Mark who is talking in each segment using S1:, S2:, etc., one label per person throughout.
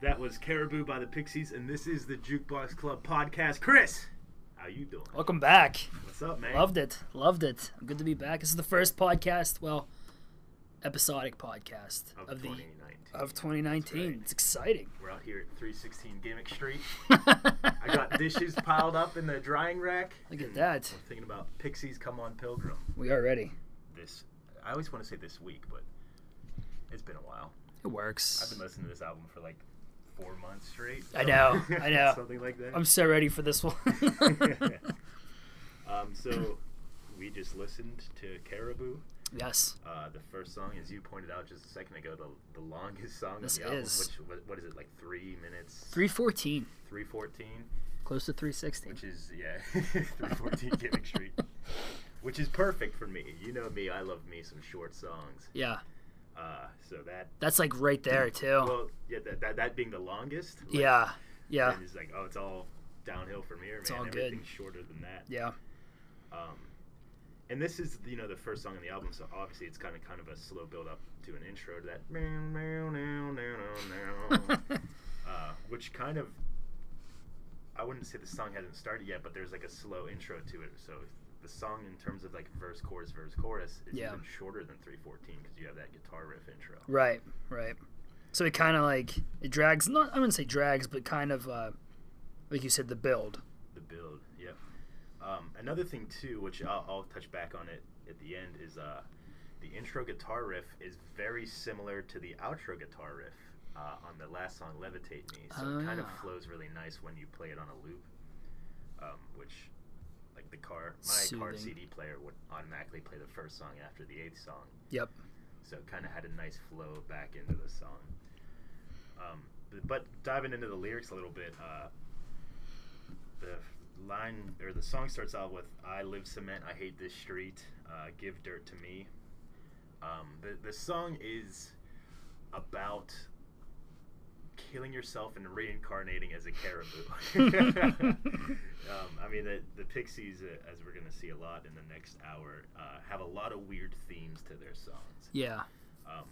S1: that was Caribou by the Pixies, and this is the Jukebox Club podcast. Chris, how you doing?
S2: Welcome back.
S1: What's up, man?
S2: Loved it. Loved it. Good to be back. This is the first podcast, well, episodic podcast
S1: Of
S2: of, the
S1: 2019.
S2: of 2019.
S1: right.
S2: It's exciting.
S1: We're out here at 316 Gimmick Street. I got dishes piled up in the drying rack.
S2: Look at that.
S1: I'm thinking about Pixies Come On Pilgrim.
S2: We are ready.
S1: This, I always want to say this week, but it's been a while.
S2: It works.
S1: I've been listening to this album for like four months straight.
S2: I know, I know.
S1: Something like that.
S2: I'm so ready for this one.
S1: um, so we just listened to Caribou.
S2: yes.
S1: Uh, the first song, as you pointed out just a second ago, the, the longest song
S2: This
S1: on the
S2: is.
S1: album, which what, what is it like three minutes?
S2: 314.
S1: three fourteen,
S2: Close to 316.
S1: which is yeah, three fourteen Gimmick Street, which is perfect for me. You know me, I love me some short songs.
S2: Yeah.
S1: Uh, so that
S2: That's like right there, too.
S1: well, yeah, that, that, that being the longest. like,
S2: Oh. yeah. Yeah.
S1: And it's like, oh, it's all downhill from here, man.
S2: all good.
S1: Everything's shorter than that.
S2: Yeah.
S1: Um, and this is you know the first song on the album, so obviously it's kind of kind of a slow build up to an intro to that, meow, meow, meow, meow, meow, meow, uh, which kind of I wouldn't say the song hasn't started yet, but there's like a slow intro to it. So the song in terms of like verse chorus verse chorus is
S2: Yeah.
S1: even shorter than 314 because you have that guitar riff intro.
S2: Right, right. So it kind of like it drags. Not I wouldn't say drags, but kind of uh, like you said, the build.
S1: The build, yep. Um, another thing too, which I'll, I'll touch back on it at the end, is uh, the intro guitar riff is very similar to the outro guitar riff uh, on the last song, "Levitate Me." So it kind of
S2: Ah.
S1: flows really nice when you play it on a loop, um, which, like the car, my car
S2: Soothing.
S1: CD player would automatically play the first song after the eighth song,
S2: Yep.
S1: so it kind of had a nice flow back into the song. Um, but, but diving into the lyrics a little bit, uh, the line or the song starts out with "I live cement, I hate this street, uh, give dirt to me." Um, the the song is about killing yourself and reincarnating as a caribou. um, I mean, the, the Pixies, uh, as we're going to see a lot in the next hour, uh, have a lot of weird themes to their songs.
S2: Yeah.
S1: Um,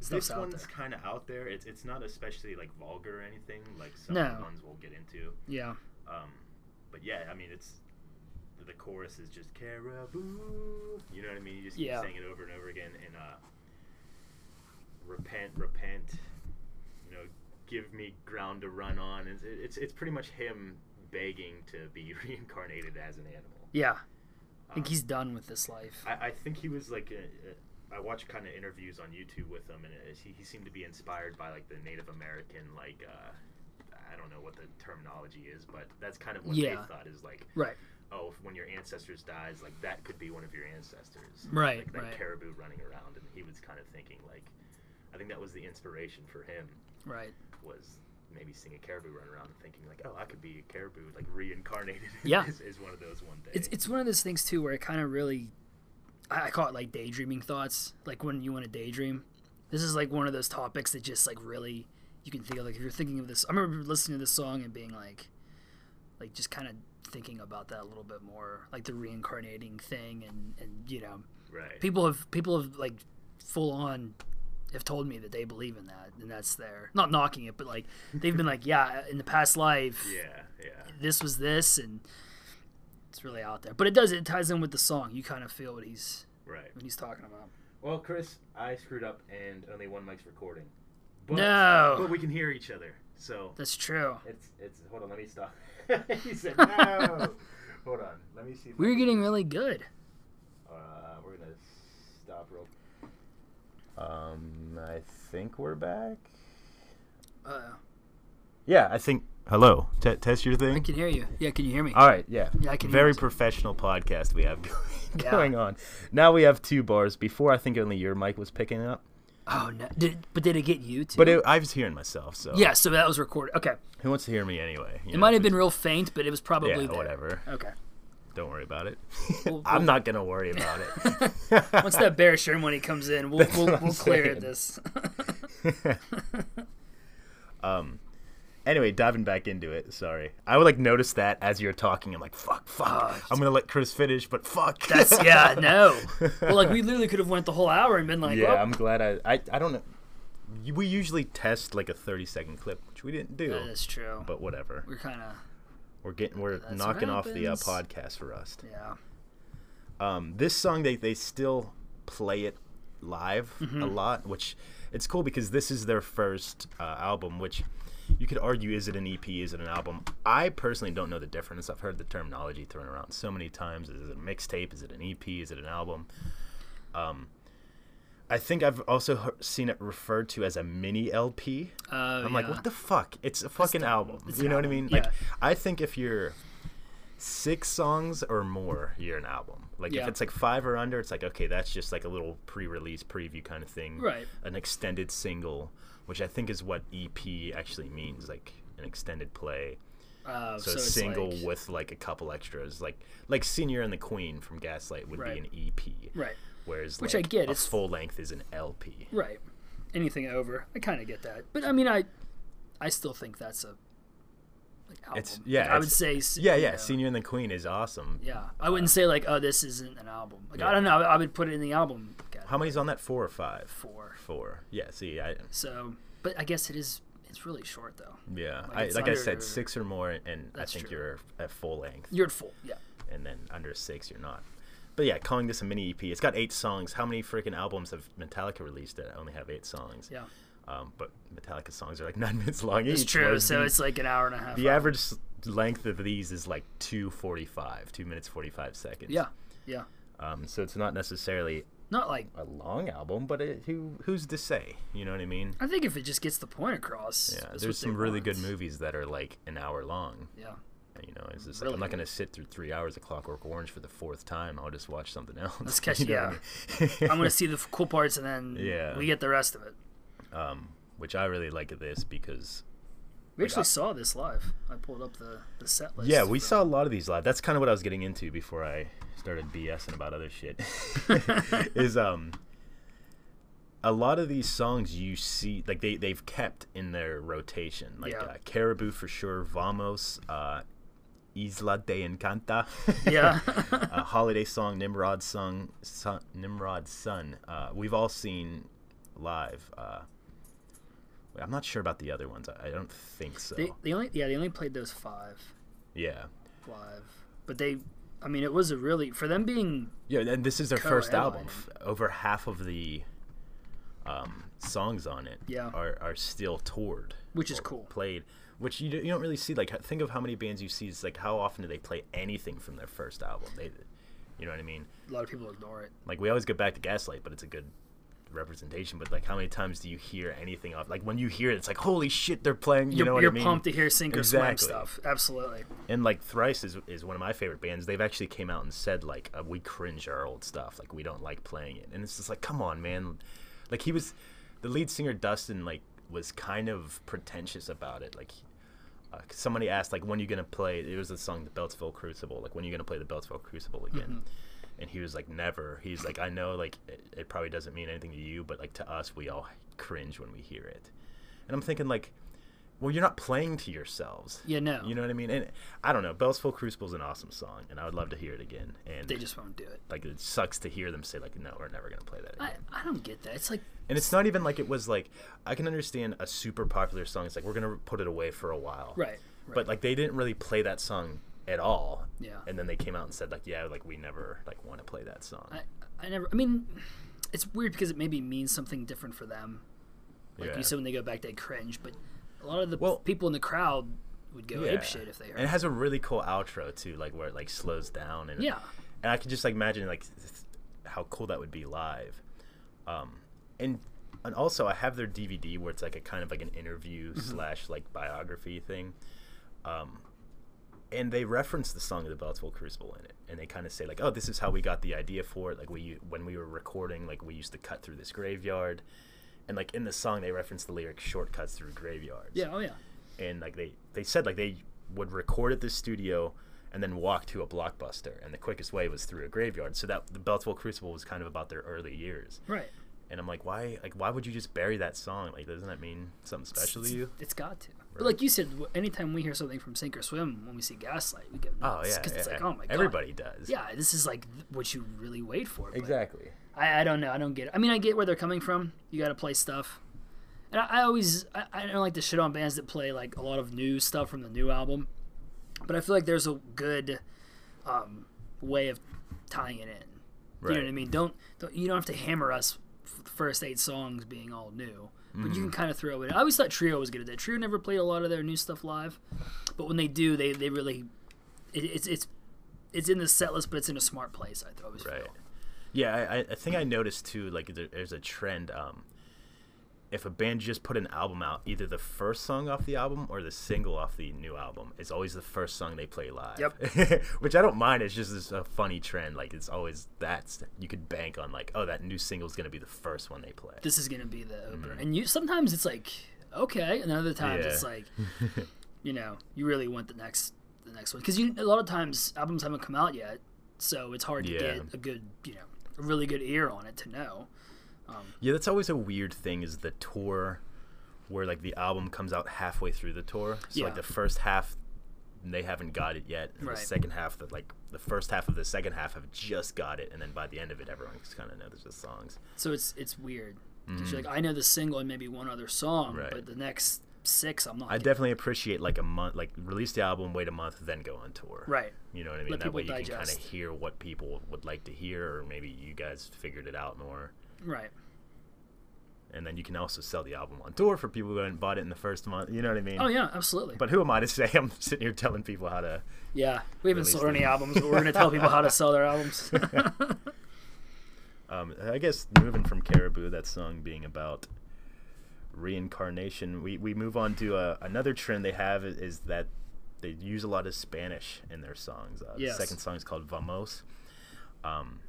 S2: Stuff's
S1: this
S2: out
S1: one's
S2: there.
S1: kind of out there. It's it's not especially like vulgar or anything like some
S2: No.
S1: ones we'll get into.
S2: Yeah.
S1: Um, but yeah, I mean it's the- the chorus is just caribou. You know what I mean? You just keep
S2: Yeah.
S1: saying it over and over again. And uh, repent, repent. You know, give me ground to run on. It's it's, it's pretty much him begging to be reincarnated as an animal.
S2: Yeah. I think
S1: Um,
S2: he's done with this life.
S1: I, I think he was like, a, a, I watched kind of interviews on YouTube with him, and it, he, he seemed to be inspired by like the Native American, like uh, I don't know what the terminology is, but that's kind of what they
S2: Yeah.
S1: thought is like,
S2: Right.
S1: oh, if, when your ancestors dies, like that could be one of your ancestors,
S2: Right,
S1: Like that
S2: right.
S1: caribou running around, and he was kind of thinking like, I think that was the inspiration for him
S2: Right.
S1: was maybe seeing a caribou run around and thinking like, oh, I could be a caribou, like reincarnated.
S2: Yeah.
S1: is, is one of those one day.
S2: It's it's one of those things too where it kind of really, I, I call it like daydreaming thoughts. Like when you want to daydream, this is like one of those topics that just like really you can think of. Like if you're thinking of this, I remember listening to this song and being like, like just kind of thinking about that a little bit more, like the reincarnating thing and and you know
S1: right.
S2: people have people have like full on have told me that they believe in that and that's their not knocking it but like they've been like yeah in the past life
S1: yeah, yeah.
S2: this was this and it's really out there but it does it ties in with the song you kind of feel what he's
S1: Right.
S2: what he's talking about
S1: Well, Chris, I screwed up and only one mic's recording. But,
S2: No.
S1: But we can hear each other, so
S2: that's true
S1: it's it's. Hold on, let me stop. he said no. hold on, let me see. If
S2: we were getting really good
S1: Uh, we're gonna stop real. Um, I think we're back.
S2: uh,
S1: Yeah, I think. Hello, T- test your
S2: i
S1: thing.
S2: can hear you yeah can you hear me
S1: All right, yeah.
S2: Yeah, I can hear
S1: Very
S2: myself.
S1: professional podcast we have going,
S2: Yeah.
S1: going on. Now we have two bars. Before, I think only your mic was picking up,
S2: oh no did, but did it get you too
S1: but it, I was hearing myself. So
S2: yeah so that was recorded okay
S1: Who wants to hear me anyway?
S2: it might have been real faint but it was probably
S1: Yeah,
S2: there.
S1: whatever.
S2: okay
S1: Don't worry about it.
S2: Well,
S1: I'm
S2: well-
S1: not gonna worry about it.
S2: once that bear ceremony comes in we'll, we'll,
S1: what I'm
S2: we'll clear
S1: saying.
S2: this
S1: anyway, diving back into it. Sorry, I would like notice that as you're talking. I'm like, fuck, fuck. I'm gonna let Chris finish, but fuck.
S2: That's yeah, no. Well, like we literally could have went the whole hour and been like,
S1: yeah.
S2: well,
S1: I'm glad I, I. I don't know. we usually test like a 30 second clip, which we didn't do.
S2: That is true.
S1: but whatever.
S2: We're kind of
S1: We're getting we're
S2: That's what
S1: knocking off the uh,
S2: happens.
S1: podcast for us.
S2: yeah.
S1: Um, this song they they still play it live a lot, which it's cool because this is their first uh, album, which you could argue is it an EP, is it an album? I personally don't know the difference. I've heard the terminology thrown around so many times. Is it a mixtape? Is it an EP? Is it an album? Um, I think I've also he- seen it referred to as a mini LP.
S2: Uh,
S1: I'm like, what the fuck? It's a fucking album.
S2: it's
S1: you
S2: an
S1: know
S2: album,
S1: what I mean?
S2: yeah.
S1: Like, I think if you're six songs or more, you're an album. Like,
S2: Yeah.
S1: if it's like five or under, it's like, okay, that's just like a little pre release preview kind of thing.
S2: Right.
S1: An extended single, which I think is what EP actually means, like an extended play.
S2: Uh,
S1: So,
S2: so,
S1: a
S2: it's
S1: single
S2: like,
S1: with like a couple extras, like like Senior and the Queen from Gaslight would
S2: Right.
S1: be an EP.
S2: right,
S1: Whereas
S2: Which I
S1: like,
S2: get,
S1: a
S2: it's-
S1: full length is an LP.
S2: right. Anything over, I kind of get that. But I mean, I, I still think that's a. Like, album.
S1: It's- yeah,
S2: Like, I would
S1: it's-
S2: say. s-
S1: Yeah,
S2: you
S1: yeah.
S2: know,
S1: Senior and the Queen is awesome.
S2: Yeah, I wouldn't say like, oh, this isn't an album. Like I
S1: Yeah.
S2: don't know. I would put it in the album category
S1: How many's on that? Four or five?
S2: four.
S1: Four. Yeah. See, I
S2: So, but I guess it is. It's really short though.
S1: yeah,
S2: Like,
S1: I,
S2: it's
S1: like I
S2: under-
S1: said, six or more, and I
S2: That's
S1: think
S2: true.
S1: you're at full length,
S2: You're at full. Yeah.
S1: and then under six, you're not. But yeah, calling this a mini EP, it's got eight songs. How many freaking albums have Metallica released that only have eight songs?
S2: Yeah.
S1: Um, but Metallica songs are like nine minutes long each.
S2: It's true.
S1: whereas
S2: So
S1: the,
S2: it's like an hour and a half.
S1: the average s- length of these is like two forty-five, two minutes forty-five seconds.
S2: Yeah. Yeah.
S1: Um, so it's not necessarily
S2: Not like
S1: a long album, but it, who who's to say? You know what I mean?
S2: I think if it just gets the point across.
S1: Yeah,
S2: that's what
S1: there's
S2: they
S1: some really good
S2: want.
S1: movies that are like an hour long.
S2: Yeah.
S1: You know, it's just
S2: Really
S1: like, I'm not
S2: good.
S1: going to sit through three hours of Clockwork Orange for the fourth time. I'll just watch something else.
S2: Let's catch-
S1: You know what I mean?
S2: I'm gonna see the f- cool parts and then
S1: Yeah.
S2: we get the rest of it.
S1: um, which I really like of this because
S2: We actually saw this live. I pulled up the the set list.
S1: yeah, we
S2: for-
S1: saw a lot of these live. That's kind of what I was getting into before I started BSing about other shit. is um, a lot of these songs you see like they they've kept in their rotation, like
S2: Yeah.
S1: uh, Caribou for sure, Vamos, uh, Isla de Encanta.
S2: Yeah.
S1: a holiday song Nimrod's song son, Nimrod's son. Uh, we've all seen live. Uh, wait, I'm not sure about the other ones. I, I don't think so.
S2: they, they only yeah they only played those five
S1: yeah,
S2: live, but they I mean it was a really for them being
S1: yeah. And this is their first album.
S2: Co-headlining.
S1: F- Over half of the um, songs on it
S2: Yeah.
S1: are are still toured,
S2: Which is
S1: or
S2: cool.
S1: Played, which you, d- you don't really see. Like, h- think of how many bands you see. It's like how often do they play anything from their first album? They, you know what I mean.
S2: a lot of people ignore it.
S1: like we always go back to gaslight but it's a good representation but like how many times do you hear anything off like when you hear it it's like holy shit they're playing you
S2: You're,
S1: know what
S2: you're
S1: I mean?
S2: pumped to hear sink or swim
S1: Exactly.
S2: stuff. Absolutely.
S1: and like thrice is, is one of my favorite bands they've actually came out and said like uh, we cringe at our old stuff like we don't like playing it and it's just like come on man like he was the lead singer dustin like was kind of pretentious about it like uh, somebody asked like when are you gonna play it was the song the beltsville crucible like when are you gonna play the beltsville crucible again and he was like never he's like i know like it, it probably doesn't mean anything to you but like to us we all cringe when we hear it and i'm thinking like well you're not playing to yourselves
S2: Yeah, no.
S1: you know what I mean? And I don't know. Bellsville Crucible's an awesome song, and I would love to hear it again. And
S2: They just won't do it.
S1: like it sucks to hear them say like, no, we're never gonna play that.
S2: I,
S1: Again.
S2: I don't get that. It's like
S1: And it's not even like it was like I can understand a super popular song. It's like we're gonna put it away for a while,
S2: right. right.
S1: But like they didn't really play that song at all.
S2: Yeah.
S1: And then they came out and said like, yeah, like we never like want to play that song.
S2: I, I never. I mean, it's weird because it maybe means something different for them. Like
S1: Yeah.
S2: you said, when they go back, they cringe. But a lot of the
S1: Well-
S2: people in the crowd would go
S1: Yeah.
S2: ape shit if they heard.
S1: And it has a really cool outro too, like where it like slows down and
S2: yeah,
S1: and I could just like imagine like th- how cool that would be live. Um, and and also I have their DVD where it's like a kind of like an interview
S2: Mm-hmm.
S1: slash like biography thing. Um, and they reference the song of the Beltsville Crucible in it, and they kind of say like, "Oh, this is how we got the idea for it. Like we u- when we were recording, like we used to cut through this graveyard." And like in the song, they reference the lyric "shortcuts through graveyards."
S2: yeah, oh yeah,
S1: and like they they said like they would record at this studio and then walk to a blockbuster and the quickest way was through a graveyard so that the beltsville crucible was kind of about their early years
S2: right.
S1: and i'm like why like why would you just bury that song like doesn't that mean something special to you
S2: It's got to. But like you said, wh- anytime we hear something from Sink or Swim, when we see Gaslight, we go
S1: oh
S2: nuts
S1: yeah,
S2: because it's
S1: yeah.
S2: like oh my god,
S1: everybody does
S2: Yeah, this is like th- what you really wait for. but
S1: exactly
S2: I, I don't know. I don't get it. I mean, I get where they're coming from. You got to play stuff. And I, I always I, I don't like to shit on bands that play like a lot of new stuff from the new album, but I feel like there's a good um, way of tying it in. You know what I
S1: Right.
S2: mean? Don't, don't you don't have to hammer us f- the first eight songs being all new, but you
S1: Mm-hmm.
S2: can kind of throw it. I always thought Trio was good at that. Trio never played a lot of their new stuff live, but when they do, they they really it, it's it's it's in the set list, but it's in a smart place. I always
S1: Right.
S2: feel.
S1: Yeah, I, I- I think I noticed too. Like, there, there's a trend. Um, if a band just put an album out, either the first song off the album or the single off the new album, it's always the first song they play live. Yep. Which I don't mind. It's just this, a funny trend. Like, it's always that's you could bank on. Like, oh, that new single's gonna be the first one they play.
S2: This is gonna be the opener, and you sometimes it's like okay, and other times it's
S1: Mm-hmm. Yeah.
S2: like you know you really want the next the next one because you a lot of times albums haven't come out yet, so it's hard to
S1: Yeah.
S2: get a good you know a really good ear on it to know.
S1: Yeah, that's always a weird thing is the tour where like the album comes out halfway through the tour. So
S2: Yeah.
S1: like the first half they haven't got it yet. And
S2: Right.
S1: the second half that like the first half of the second half have just got it and then by the end of it everyone just kinda knows the songs.
S2: So it's it's weird. 'Cause you're like I know the single and maybe one other song,
S1: Mm-hmm. Right.
S2: but the next six I'm not.
S1: I
S2: getting.
S1: definitely appreciate like a month like release the album, wait a month, then go on tour.
S2: right.
S1: You know what I mean?
S2: Let
S1: that way you
S2: people
S1: can kinda
S2: digest.
S1: hear what people would like to hear or maybe you guys figured it out more.
S2: Right.
S1: And then you can also sell the album on tour for people who haven't bought it in the first month. You know what I mean?
S2: Oh yeah, absolutely.
S1: But who am I to say I'm sitting here telling people how to
S2: yeah, we haven't
S1: Release
S2: sold any
S1: them.
S2: albums, but we're gonna tell people how to sell their albums.
S1: Um, I guess moving from Caribou, that song being about reincarnation, we, we move on to uh another trend they have is, is that they use a lot of Spanish in their songs. Uh,
S2: Yes.
S1: The second song is called Vamos. Um,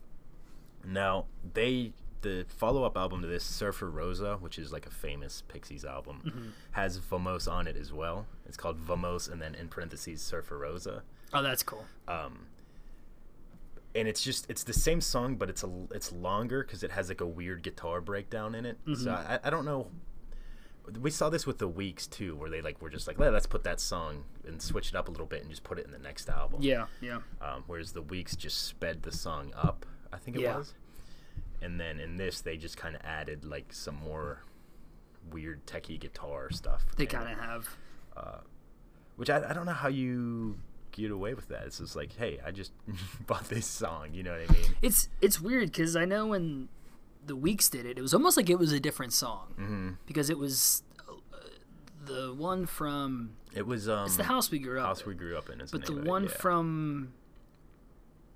S1: now, they the follow up album to this, Surfer Rosa, which is like a famous Pixies album, has Vamos on it as well. It's called Vamos and then in parentheses, Surfer Rosa
S2: oh, that's cool.
S1: um and it's just it's the same song but it's a it's longer because it has like a weird guitar breakdown in it so
S2: Mm-hmm.
S1: I, I don't know we saw this with the weeks too where they like were just like "Yeah, let's put that song and switch it up a little bit and just put it in the next album
S2: Yeah, yeah.
S1: um, whereas the weeks just sped the song up i think it
S2: Yeah.
S1: was and then in this they just kind of added like some more weird techie guitar stuff
S2: They
S1: And-
S2: kind of have.
S1: which I, I don't know how you get away with that. It's just like, hey, I just bought this song. You know what I mean?
S2: It's it's weird because I know when the Weeks did it, it was almost like it was a different song
S1: Mm-hmm.
S2: because it was uh, the one from
S1: It was um,
S2: it's the house we grew up.
S1: house
S2: in.
S1: we grew up in. Is
S2: But the
S1: name of it,
S2: one
S1: yeah.
S2: from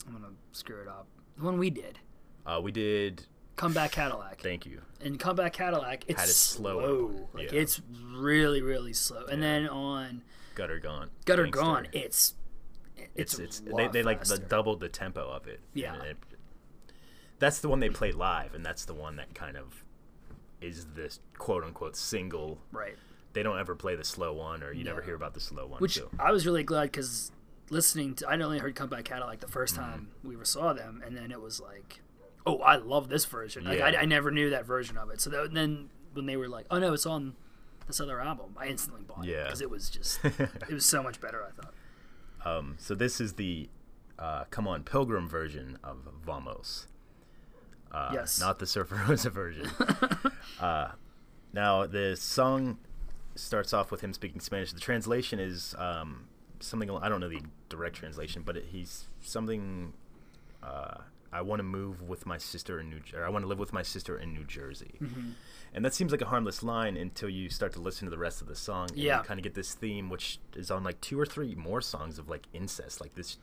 S2: I'm gonna screw it up. The one we did,
S1: uh, we did.
S2: Comeback Cadillac.
S1: Thank you.
S2: And Comeback Cadillac, it's
S1: Had a slower
S2: slow.
S1: one,
S2: Like
S1: yeah.
S2: it's really really slow. And then on
S1: Gutter gone.
S2: Gutter
S1: Gangster.
S2: Gone, it's it's
S1: It's it's
S2: a
S1: they,
S2: lot
S1: they like the,
S2: faster.
S1: doubled the tempo of it.
S2: Yeah.
S1: And it- that's the one they play live, and that's the one that kind of is this quote unquote single.
S2: right.
S1: They don't ever play the slow one, or you never
S2: No.
S1: hear about the slow one.
S2: Which
S1: so-
S2: I was really glad because listening to, I only heard Comeback Cadillac the first
S1: Mm-hmm.
S2: time we ever saw them, and then it was like, oh, I love this version. Like,
S1: Yeah.
S2: I, I never knew that version of it. So that, then when they were like, oh no, it's on this other album, I instantly bought it
S1: Yeah.
S2: because it was just, it was so much better. I thought.
S1: Um, so this is the uh, come on pilgrim version of Vamos. Uh,
S2: Yes.
S1: Not the Surfer Rosa version. uh, now the song starts off with him speaking Spanish. The translation is um, something al- I don't know the direct translation, but it, he's something. Uh, I want to move with my sister in New. Jer- Or I want to live with my sister in New Jersey.
S2: Mm-hmm.
S1: And that seems like a harmless line until you start to listen to the rest of the song. And
S2: Yeah.
S1: You kind of get this theme, which is on like two or three more songs of like incest. Like this,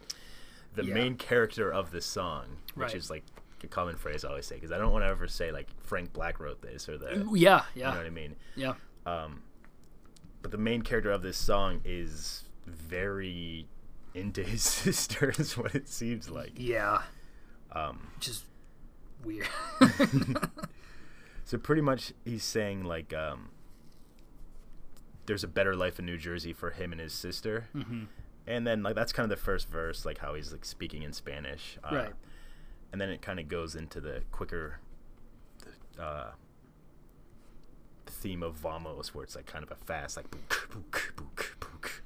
S1: the
S2: Yeah.
S1: main character of this song, which
S2: Right.
S1: is like a common phrase I always say because I don't want to ever say like Frank Black wrote this or the.
S2: Ooh, Yeah,
S1: You
S2: yeah,
S1: know what I mean?
S2: yeah.
S1: But the main character of this song is very into his sister, is what it seems like.
S2: Yeah. Um, Which is weird.
S1: So pretty much, he's saying like, um, there's a better life in New Jersey for him and his sister.
S2: Hmm.
S1: Mm-hmm. And then like that's kind of the first verse, like how he's like speaking in Spanish. Uh,
S2: Right.
S1: And then it kind of goes into the quicker, the, uh, theme of Vamos, where it's like kind of a fast like. book, book, book,
S2: Mm-hmm.
S1: book.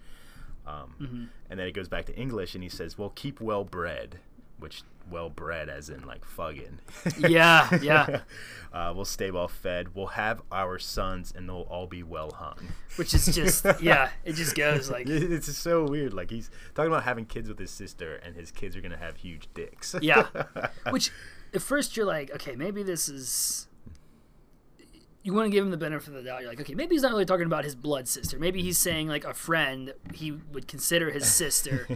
S1: Um, And then it goes back to English, and he says, "Well, keep well bred." which well bred as in like fugging.
S2: Yeah, yeah.
S1: uh, we'll stay well fed. We'll have our sons, and they'll all be well hung.
S2: Which is just yeah, it just goes like
S1: It's just so weird. Like he's talking about having kids with his sister, and his kids are gonna have huge dicks.
S2: yeah. Which at first you're like, okay, maybe this is. You want to give him the benefit of the doubt. You're like, okay, maybe he's not really talking about his blood sister. Maybe he's saying like a friend he would consider his sister.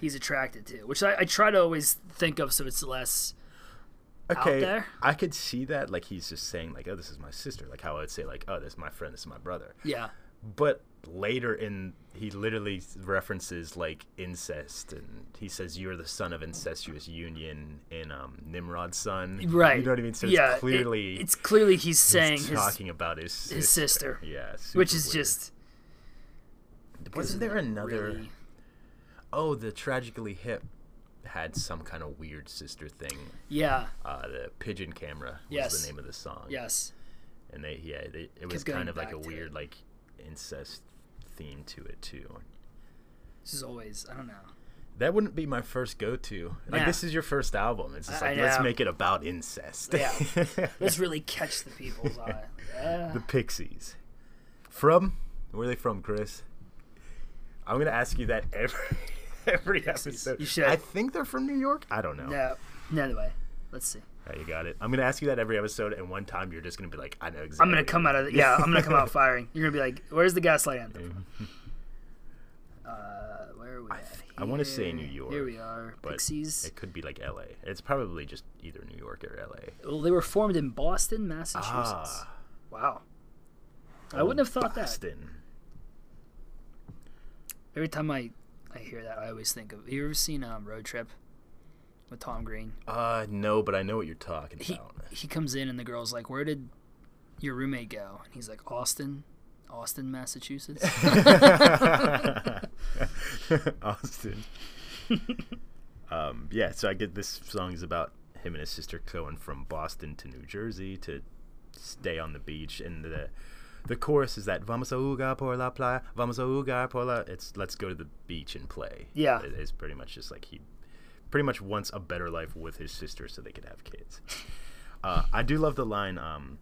S2: he's attracted to, which I, I try to always think of, so it's less.
S1: okay,
S2: there.
S1: I could see that. Like he's just saying, like, "Oh, this is my sister." Like how I would say, like, "Oh, this is my friend. This is my brother."
S2: Yeah,
S1: But later in, he literally references like incest, and he says, "You're the son of incestuous union in um, Nimrod's son."
S2: right.
S1: You know what I mean? So
S2: yeah, it-
S1: it's clearly
S2: it's clearly he's saying
S1: he's
S2: his,
S1: talking about his sister.
S2: his sister,
S1: Yeah,
S2: which
S1: super
S2: is
S1: weird.
S2: just
S1: wasn't there another?
S2: really-
S1: Oh, the tragically hip had some kind of weird sister thing.
S2: yeah,
S1: Uh, the pigeon camera was
S2: Yes.
S1: the name of the song.
S2: yes,
S1: and they yeah they, it was
S2: going
S1: kind of like
S2: back
S1: a
S2: to
S1: weird
S2: it.
S1: like incest theme to it too.
S2: this is always I don't know.
S1: That wouldn't be my first go to. Like
S2: Nah.
S1: this is your first album. It's just
S2: I-
S1: like
S2: I
S1: let's
S2: know.
S1: make it about incest.
S2: Yeah. Let's really catch the people's eye. Uh,
S1: the Pixies. From where are they from, Chris? I'm gonna ask you that every every episode.
S2: You should.
S1: I think they're from New York. I don't know.
S2: no, no way. Let's see.
S1: Oh, you got it. I'm gonna ask you that every episode, and one time you're just gonna be like, I know exactly.
S2: I'm gonna come out of the, yeah. I'm gonna come out firing. You're gonna be like, "Where's the gaslight anthem?" uh, where are we? At?
S1: I wanna say New
S2: Here- Here
S1: York,
S2: we are.
S1: but
S2: Pixies.
S1: It could be like L.A. It's probably just either New York or L.A.
S2: Well, Oh, they were formed in Boston, Massachusetts.
S1: Ah,
S2: Wow. I wouldn't have thought that.
S1: Boston.
S2: Every time I, I hear that, I always think of. You ever seen um, Road Trip with Tom Green?
S1: Uh, no, but I know what you're talking
S2: He
S1: about.
S2: he comes in and the girl's like, "Where did your roommate go?" And he's like, "Austin, Austin, Massachusetts."
S1: Austin. um, yeah, so I get this song is about him and his sister going from Boston to New Jersey to stay on the beach, and the the chorus is that "Vamos a jugar por la playa, vamos a jugar por la." It's let's go to the beach and play.
S2: Yeah.
S1: it is pretty much just like he pretty much wants a better life with his sister so they could have kids. Uh, I do love the line. Um,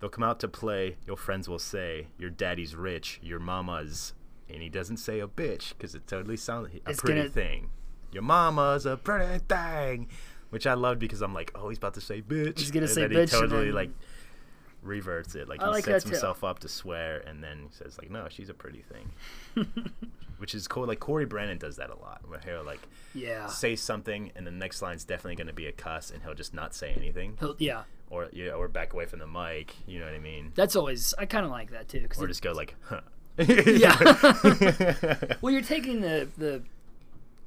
S1: They'll come out to play. Your friends will say, "Your daddy's rich. Your mama's," and he doesn't say a bitch because it totally sounds a
S2: It's
S1: pretty
S2: gonna-
S1: thing. Your mama's a pretty thing, which I loved because I'm like, oh, he's about to say bitch.
S2: He's gonna
S1: and
S2: say
S1: then
S2: bitch
S1: He
S2: and
S1: totally
S2: then-
S1: like reverts it. Like
S2: I
S1: he
S2: like
S1: sets
S2: that too.
S1: himself up to swear, and then he says like, no, she's a pretty thing, which is cool. Like Corey Brandon does that a lot, where he'll like
S2: yeah.
S1: say something, and the next line's definitely gonna be a cuss, and he'll just not say anything
S2: He'll- yeah.
S1: or yeah, or back away from the mic. You know what I mean?
S2: That's always I kind of like that too. Cause
S1: Or
S2: it-
S1: just go like, huh.
S2: Yeah. well, you're taking the the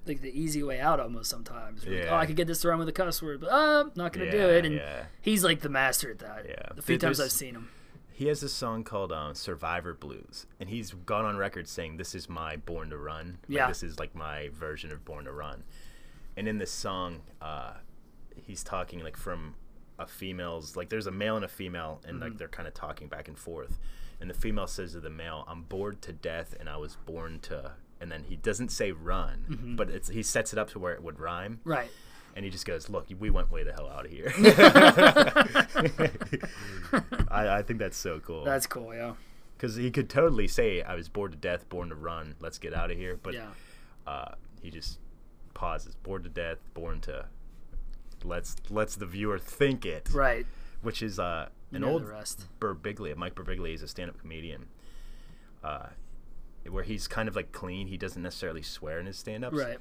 S2: like the easy way out almost sometimes. You're like,
S1: Yeah.
S2: oh, I could get this around with a cuss word, but uh, not gonna
S1: Yeah,
S2: do it. And
S1: yeah.
S2: he's like the master at that.
S1: Yeah.
S2: The few
S1: There-
S2: times I've
S1: there's-
S2: seen him.
S1: he has this song called um, "Survivor Blues," and he's gone on record saying, "This is my Born to Run. Like,
S2: Yeah.
S1: this is like my version of Born to Run." And in this song, uh, he's talking like from a female's like there's a male and a female, and like they're kind of talking back and forth. And the female says to the male, "I'm bored to death, and I was born to." And then he doesn't say "run," but it's, he sets it up to where it would rhyme.
S2: Right.
S1: and he just goes, "Look, we went way the hell out of here." I, I think that's so cool
S2: That's cool. Yeah.
S1: because he could totally say, "I was bored to death, born to run. Let's get out of here." But
S2: Yeah.
S1: uh, he just pauses, bored to death, born to. Let's let's the viewer think it,
S2: Right.
S1: which is uh, an
S2: know
S1: old
S2: the rest.
S1: Birbiglia. Mike Birbiglia is a stand-up comedian, uh, where he's kind of like clean. He doesn't necessarily swear in his stand-ups,
S2: Right.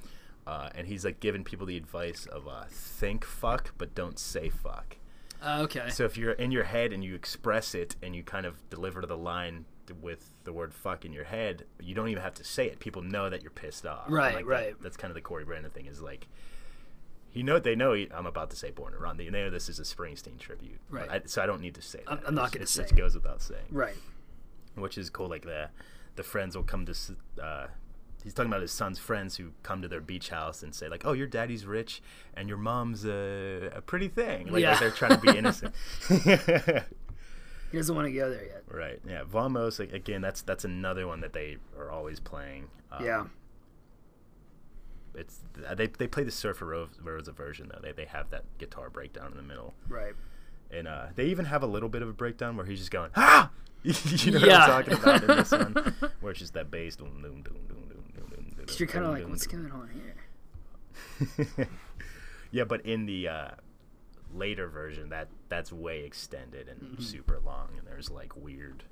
S1: uh, and he's like giving people the advice of uh, think fuck but don't say fuck.
S2: Uh, okay.
S1: So if you're in your head and you express it and you kind of deliver the line with the word fuck in your head, you don't even have to say it. People know that you're pissed off. And,
S2: Right,
S1: like, that-
S2: right.
S1: that's kind of the Corey Brandon thing is like, you know, they know I'm about to say Born to Run. They know this is a Springsteen tribute. but
S2: Right.
S1: I, so I don't need to say that.
S2: I'm- I'm
S1: It's-
S2: not gonna
S1: it's-
S2: say
S1: It
S2: it.
S1: goes without saying
S2: right.
S1: which is cool. Like the the friends will come to. s- Uh, he's talking about his son's friends who come to their beach house and say like, "Oh, your daddy's rich and your mom's a, a pretty thing." Like, like
S2: Yeah.
S1: they're trying to be innocent.
S2: He doesn't want to go there yet.
S1: right. Yeah. Vamos. Like, Uh, again, that's that's another one that they are always playing. Um,
S2: yeah.
S1: it's they they play the Surfer Ro- Roads version though. They they have that guitar breakdown in the middle,
S2: Right.
S1: and uh, they even have a little bit of a breakdown where he's just going ah. you know
S2: Yeah.
S1: what I'm talking about in this one, where it's just that bass. Doom, doom, doom, doom, doom, doom, doom, doom,
S2: 'Cause You're kind
S1: doom,
S2: of like,
S1: doom,
S2: what's
S1: doom."
S2: going on here?
S1: yeah, but in the uh, later version, that that's way extended and
S2: Mm-hmm.
S1: super long, and there's like weird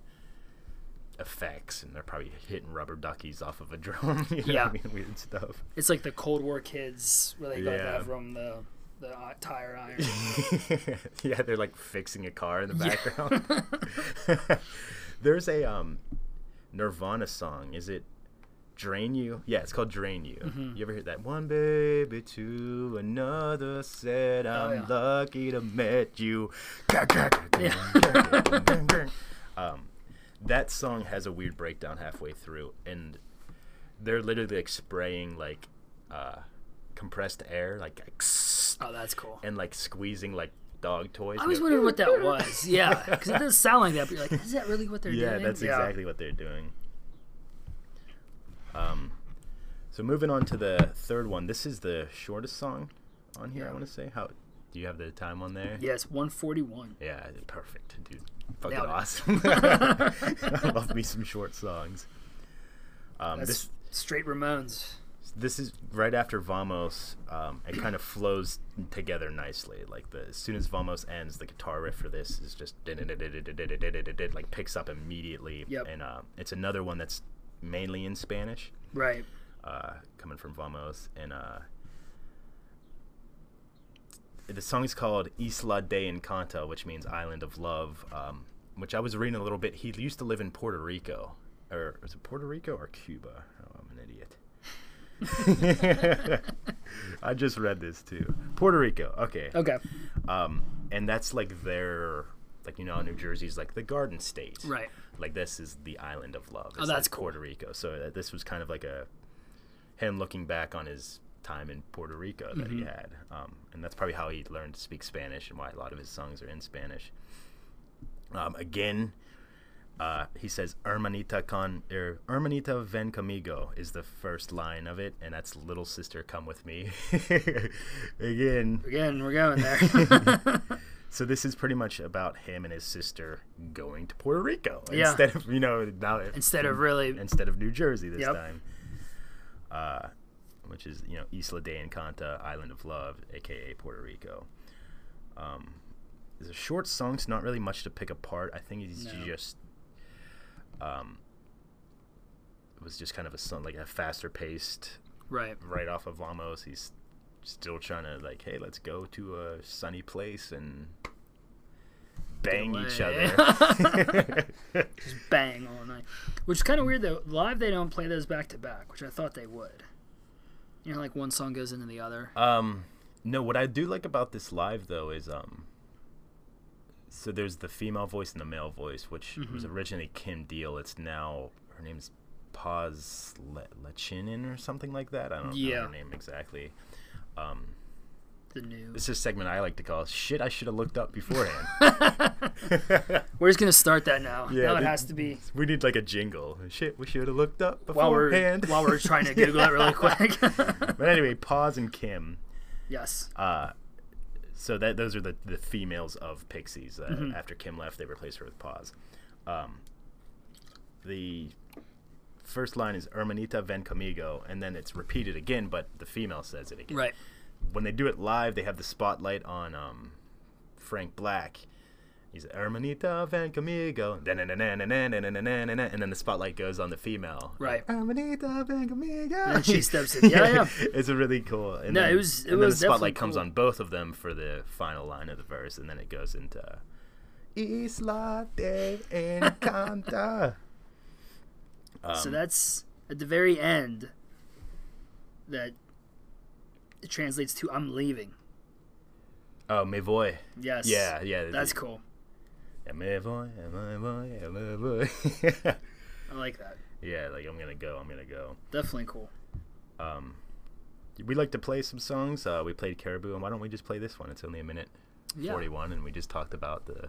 S1: effects, and they're probably hitting rubber duckies off of a drum. you know what
S2: Yeah.
S1: I mean? weird stuff.
S2: It's like the Cold War kids where they got
S1: Yeah.
S2: that from the the uh, tire iron.
S1: yeah, they're like fixing a car in the background. There's a um, Nirvana song. Is it "Drain You"? Yeah, it's called "Drain You." You ever hear that? One baby to another said, "I'm
S2: yeah.
S1: lucky to met you." um, that song has a weird breakdown halfway through, and they're literally like spraying like uh, compressed air, like.
S2: oh, that's cool.
S1: and like squeezing like dog toys.
S2: I always wondered what that was. Yeah, because it doesn't sound like that. But you're like, is that really what they're
S1: yeah,
S2: doing?
S1: that's exactly what they're doing. Um, so moving on to the third one. This is the shortest song on here. I
S2: Yeah.
S1: want to say. How do you have the time on there?
S2: Yes, 141.
S1: Yeah, perfect, dude. Fucking
S2: Nailed it.
S1: awesome. I love me some short songs. Um,
S2: That's
S1: this
S2: straight Ramones.
S1: this is right after Vamos. Um, it kind of flows together nicely. Like the as soon as Vamos ends, the guitar riff for this is just like picks up immediately.
S2: Yep.
S1: And uh, it's another one that's mainly in Spanish,
S2: Right.
S1: uh, coming from Vamos. And uh, the song is called Isla de Encanto, which means Island of Love. Um, which I was reading a little bit. He used to live in Puerto Rico, or is it Puerto Rico or Cuba? Oh, I'm an idiot. I just read this too. Puerto Rico. Okay.
S2: Okay.
S1: Um, and that's like their, like you know, how New Jersey's like the Garden State.
S2: Right.
S1: Like this is the island of love. It's
S2: Oh, that's
S1: like Puerto Rico. So uh, this was kind of like a him looking back on his time in Puerto Rico that
S2: Mm-hmm.
S1: he had, um, and that's probably how he learned to speak Spanish and why a lot of his songs are in Spanish. Um, again, uh, he says "Hermanita con er, Hermanita ven conmigo" is the first line of it, and that's "Little sister, come with me." again,
S2: Again, we're going there.
S1: so this is pretty much about him and his sister going to Puerto Rico
S2: Yeah.
S1: instead of you know now
S2: Instead of really.
S1: instead of New Jersey this
S2: Yep.
S1: time, uh, which is you know Isla de Encanta, Island of Love, aka Puerto Rico. Um, it's a short song. It's not really much to pick apart. I think it's
S2: No.
S1: just um, it was just kind of a song like a faster paced
S2: right.
S1: right off of Vamos. He's still trying to like, hey, let's go to a sunny place and bang each
S2: away.
S1: other.
S2: Bang all night. Which is kind of weird though. Live, they don't play those back to back, which I thought they would. You know, like one song goes into the other.
S1: um, no, what I do like about this live though is um, so there's the female voice and the male voice, which
S2: Mm-hmm.
S1: was originally Kim Deal. It's now her name's Paz Le- Lechinin or something like that. I don't know
S2: Yeah.
S1: her name exactly. Um,
S2: The new.
S1: this is a segment I like to call "Shit I Should Have Looked Up Beforehand."
S2: We're just gonna start that now.
S1: Yeah,
S2: now it
S1: the-
S2: has to be
S1: We need like a jingle. Shit, we should have looked up
S2: while we're
S1: beforehand.
S2: while we're trying to Google it really quick.
S1: but anyway, Paws and Kim.
S2: yes.
S1: Uh, so that those are the, the females of Pixies. Uh, After Kim left, they replaced her with Paws. Um, the first line is Hermanita ven conmigo, and then it's repeated again, but the female says it again.
S2: Right.
S1: When they do it live, they have the spotlight on um, Frank Black. He's Hermanita ven conmigo, Da-na-na-na-na-na-na-na-na-na-na. and then the spotlight goes on the female.
S2: Right.
S1: Amanita Van Gamiga.
S2: And she steps in. Yeah, yeah.
S1: it's a really cool. And
S2: No,
S1: then,
S2: it was- it
S1: and
S2: was
S1: then the spotlight
S2: definitely
S1: comes
S2: cool.
S1: on both of them for the final line of the verse, and then it goes into Isla de Encanta. um,
S2: so that's at the very end that it translates to I'm leaving.
S1: oh, me voy.
S2: Yes.
S1: Yeah, yeah.
S2: That's cool.
S1: Yeah, me voy, yeah, me voy, yeah, me voy.
S2: I like that.
S1: yeah, like I'm gonna go, I'm gonna go.
S2: Definitely cool.
S1: Um, we like to play some songs. Uh, we played Caribou, and why don't we just play this one? It's only a minute.
S2: Yeah.
S1: 41 and we just talked about the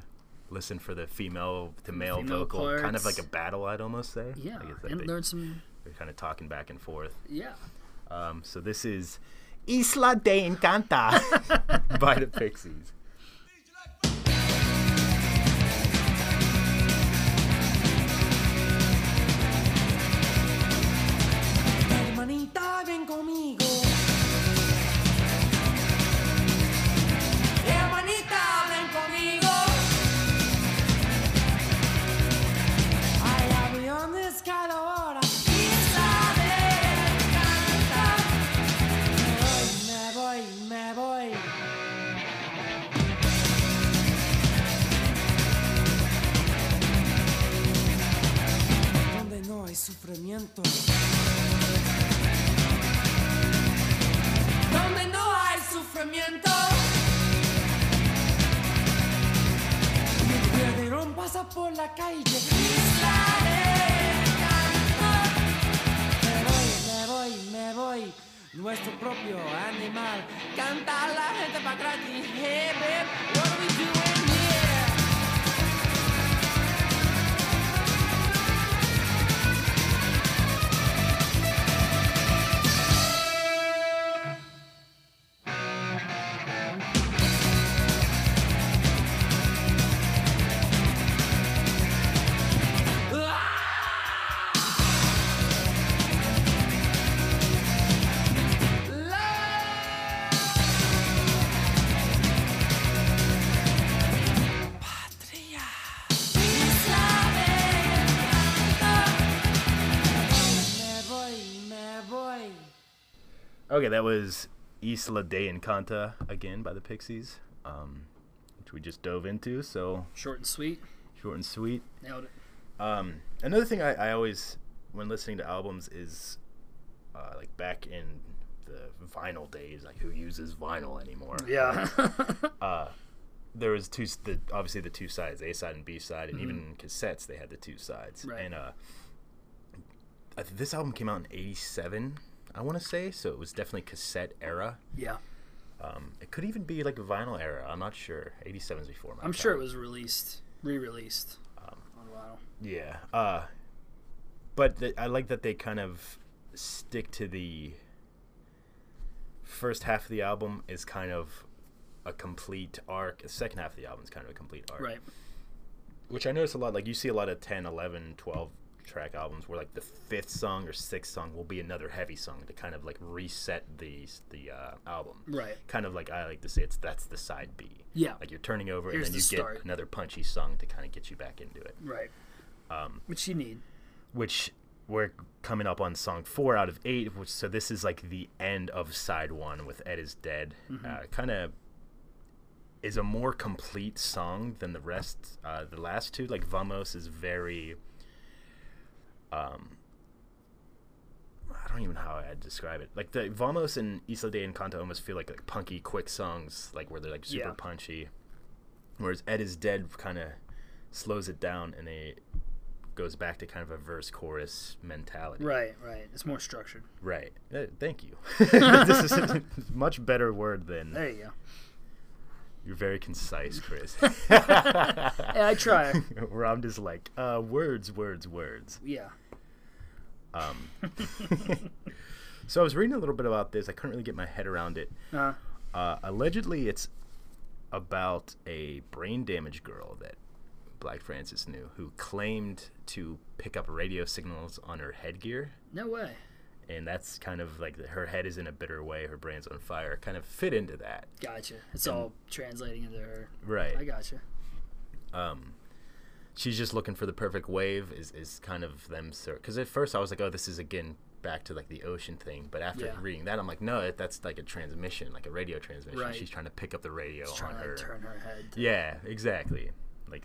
S1: listen for the female to male
S2: female
S1: vocal kind of
S2: parts.
S1: like a battle i'd almost say
S2: Yeah.
S1: like it's like
S2: And
S1: they,
S2: learn some
S1: are kind of talking back and forth
S2: yeah.
S1: Um, so this is Isla de Encanta by the Pixies.
S3: Hermanita, ven conmigo. Hermanita, ven conmigo. Hay aviones cada hora. Isabel canta. Me voy, me voy, me voy. Donde no hay sufrimiento. donde no hay sufrimiento. Mi perderón pasa por la calle. Isla de canto. Me voy, me voy, me voy. Nuestro propio animal. Canta la gente para atrás. y, Hey, babe, what are we doing here? Patria. Me voy, me voy.
S1: Okay, that was Isla de Encanta again by the Pixies, um, which we just dove into. So
S2: Short and sweet.
S1: short and sweet.
S2: Nailed it.
S1: Um, another thing I, I always, when listening to albums, is uh, like back in the vinyl days, like who uses vinyl anymore?
S2: Yeah.
S1: there was two s- the obviously the two sides a side and b side and even in cassettes they had the two sides
S2: Mm-hmm. Right.
S1: and uh I th- this album came out in 87 i want to say so it was definitely cassette era
S2: yeah.
S1: um it could even be like vinyl era i'm not sure 87 is before my
S2: I'm sure it
S1: time.
S2: was released, re-released
S1: Um,
S2: on vinyl.
S1: yeah uh but th- i like that they kind of stick to the first half of the album is kind of a complete arc the second half of the album is kind of a complete arc
S2: Right.
S1: which I notice a lot. Like you see a lot of 10, 11, 12 track albums where like the fifth song or sixth song will be another heavy song to kind of like reset the the uh, album.
S2: Right.
S1: Kind of like I like to say it's that's the side B.
S2: Yeah.
S1: Like you're turning over
S2: Here's
S1: and then
S2: the
S1: you
S2: start.
S1: get another punchy song to kind of get you back into it.
S2: Right. Um, Which you need.
S1: Which we're coming up on song four out of eight. Which so this is like the end of side one with Ed is dead. Uh, kind of is a more complete song than the rest. Uh, the last two, like Vamos, is very. Um, I don't even know how I'd describe it. Like the Vamos and Isla de Encanto almost feel like like punky, quick songs, like where they're like super
S2: Yeah.
S1: punchy. Whereas Ed is Dead kind of slows it down and it goes back to kind of a verse chorus mentality.
S2: Right. Right. It's more structured.
S1: Right. Uh, thank you. this is a much better word than
S2: There you go.
S1: you're very concise, Chris.
S2: Hey, I try.
S1: where I'm just like, uh, words, words, words.
S2: yeah.
S1: So I was reading a little bit about this. I couldn't really get my head around it.
S2: Uh,
S1: Uh, allegedly, it's about a brain damaged girl that Black Francis knew who claimed to pick up radio signals on her headgear.
S2: no way.
S1: And that's kind of like her head is in a bitter way, her brain's on fire. Kind of fit into that.
S2: Gotcha. It's all translating into her.
S1: Right.
S2: I gotcha.
S1: she's just looking for the perfect wave is, is kind of them because at first i was like oh this is again back to like the ocean thing but after
S2: Yeah.
S1: reading that i'm like no it, that's like a transmission like a radio transmission
S2: Right.
S1: she's trying to pick up the radio on
S2: Trying to
S1: her
S2: like, turn her head. to-
S1: yeah exactly like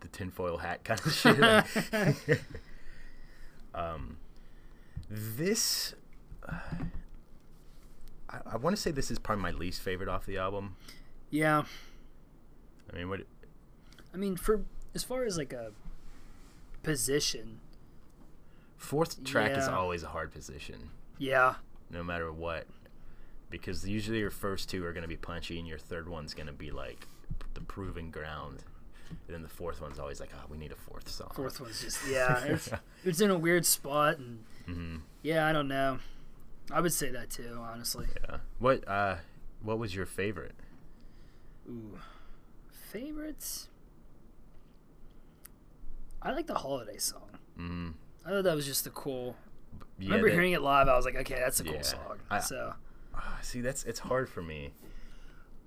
S1: the tinfoil hat kind of shit um this uh, i, I want to say this is probably my least favorite off the album
S2: yeah.
S1: i mean what
S2: I mean, for as far as like a position,
S1: fourth track is
S2: Yeah.
S1: always a hard position
S2: yeah,
S1: no matter what. Because usually your first two are going to be punchy, and your third one's going to be like the proving ground. And then the fourth one's always like, oh, we need a fourth song. Mm-hmm.
S2: fourth one's just yeah, it's, it's in a weird spot, and yeah, I don't know. I would say that too, honestly.
S1: Yeah. What uh, what was your favorite?
S2: Ooh. Favorites? I like the holiday song.
S1: Mm,
S2: I thought that was just a cool.
S1: yeah,
S2: I remember
S1: that-
S2: hearing it live. I was like, okay, that's a cool
S1: Yeah.
S2: song.
S1: I-
S2: so
S1: Ah, see, that's it's hard for me.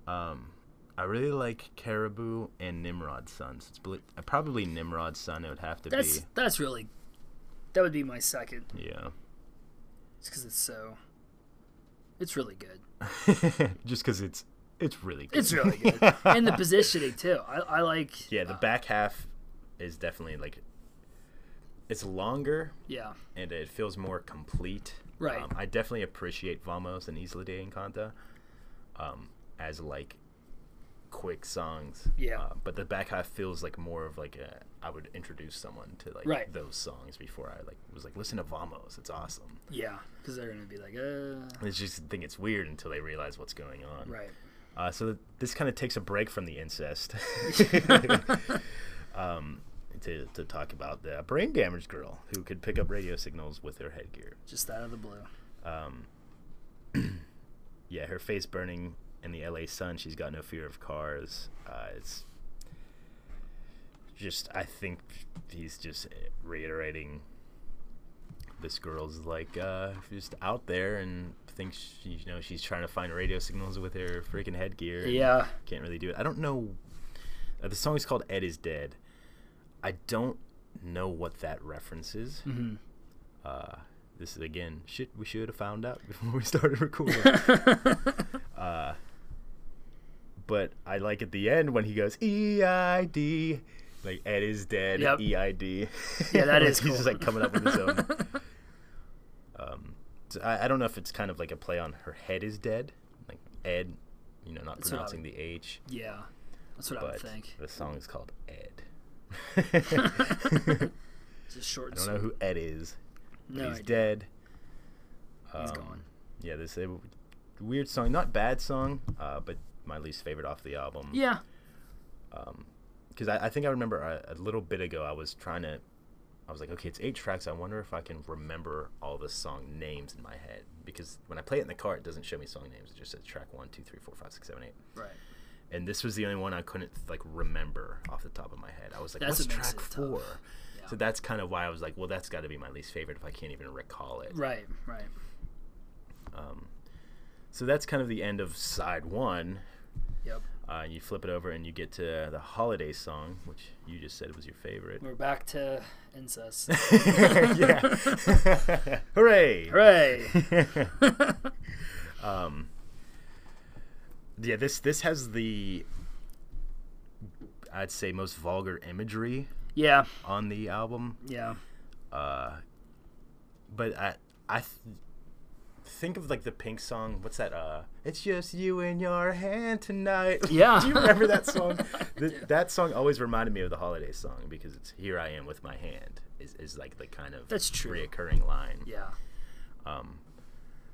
S1: Um, I really like Caribou and Nimrod's Son. So it's bel- uh, probably Nimrod's Son. It would have to
S2: that's that's really that would be my second,
S1: be. Yeah.
S2: just because it's so. It's really good.
S1: Just because it's it's really good.
S2: It's really good, and the positioning too. I, I like.
S1: yeah, the back half is definitely like it's longer
S2: Yeah,
S1: and it feels more complete.
S2: Right.
S1: Um, I definitely appreciate Vamos and Isla de Encanta um, as like quick songs.
S2: Yeah.
S1: Uh, but the back half feels like more of like a, I would introduce someone to like
S2: Right.
S1: those songs before I like was like listen to Vamos. It's awesome.
S2: yeah, because they're gonna be like, uh,
S1: It's just think it's weird until they realize what's going on.
S2: right.
S1: Uh, so th- this kind of takes a break from the incest. um, to, to talk about the brain damaged girl who could pick up radio signals with her headgear.
S2: Just out of the blue.
S1: Um, yeah, her face burning in the LA sun. She's got no fear of cars. Uh, it's just, I think he's just reiterating this girl's like uh, just out there and thinks she, you know she's trying to find radio signals with her freaking headgear. and
S2: Yeah,
S1: can't really do it. I don't know. Uh, the song is called "Ed Is Dead." I don't know what that reference is.
S2: Mm-hmm.
S1: Uh, this is again shit we should have found out before we started recording. uh, but I like at the end when he goes E I D, like Ed is dead.
S2: Yep.
S1: E I D.
S2: Yeah, that
S1: Like,
S2: is
S1: He's just
S2: cool.
S1: like coming up with his own. um, so I, I don't know if it's kind of like a play on her head is dead, like Ed, you know, not
S2: That's what I
S1: pronouncing the H.
S2: yeah. That's what I
S1: But
S2: would think.
S1: the song is called Ed. I
S2: Just short and
S1: don't know who
S2: sweet.
S1: Ed is. but
S2: No,
S1: he's
S2: idea.
S1: dead.
S2: He's
S1: Um,
S2: gone.
S1: Yeah, this a weird song, not bad song, uh, but my least favorite off the album.
S2: Yeah,
S1: because I, I think I remember uh, a, a little bit ago I was trying to, I was like, okay, it's eight tracks. I wonder if I can remember all the song names in my head because when I play it in the car, it doesn't show me song names. It just says track one, two, three, four, five, six, seven, eight.
S2: right.
S1: And this was the only one I couldn't like remember off the top of my head. I was like,
S2: That's
S1: what's
S2: what makes
S1: track
S2: it tough.
S1: four?
S2: Yeah.
S1: So that's kind of why I was like, well, that's got to be my least favorite if I can't even recall it.
S2: Right, right.
S1: So that's kind of the end of side one.
S2: Yep.
S1: Uh, you flip it over and you get to the holiday song, which you just said was your favorite.
S2: We're back to incest.
S1: yeah. Hooray.
S2: Hooray!
S1: um, yeah, this this has the I'd say most vulgar imagery
S2: Yeah,
S1: on the album.
S2: yeah.
S1: Uh, but I I th- think of like the Pink song. What's that? Uh, it's just you and your hand tonight.
S2: Yeah.
S1: do you remember that song? Th- that song always reminded me of the holiday song because it's "Here I am with my hand" is, is like the kind of
S2: That's true.
S1: reoccurring line.
S2: Yeah. Oh,
S1: Um,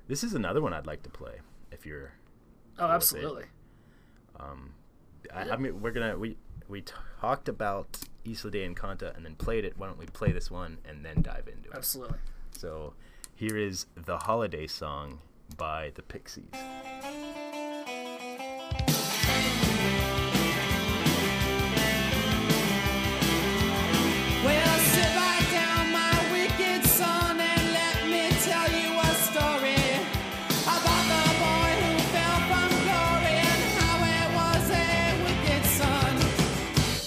S1: this is another one I'd like to play. If you're,
S2: Oh,
S1: with it.
S2: absolutely.
S1: um, I, I mean, we're gonna we we talked about Isla de Encanta and then played it. Why don't we play this one and then dive into it?
S2: Absolutely.
S1: So here is the holiday song by the Pixies.
S3: Well, sit right down, my wicked son, and let me tell you a story about the boy who fell from glory and how it was a wicked son.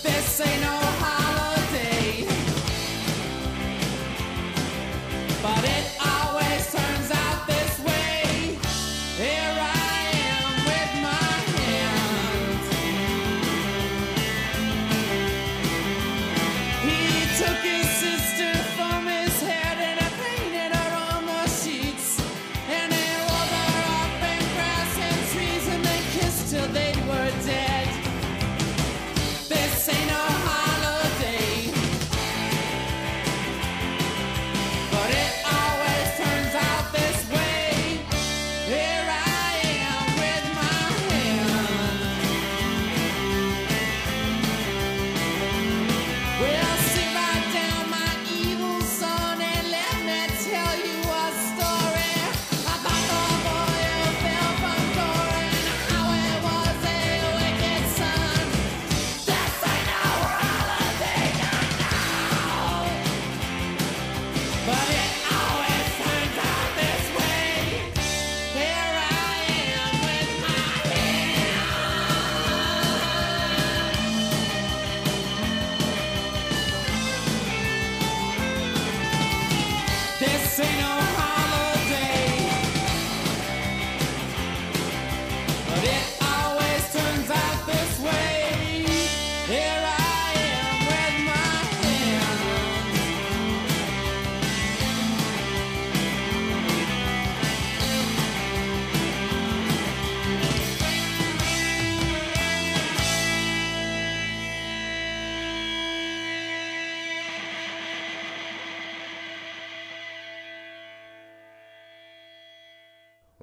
S3: This ain't no holiday, but it always turns out this way. Here I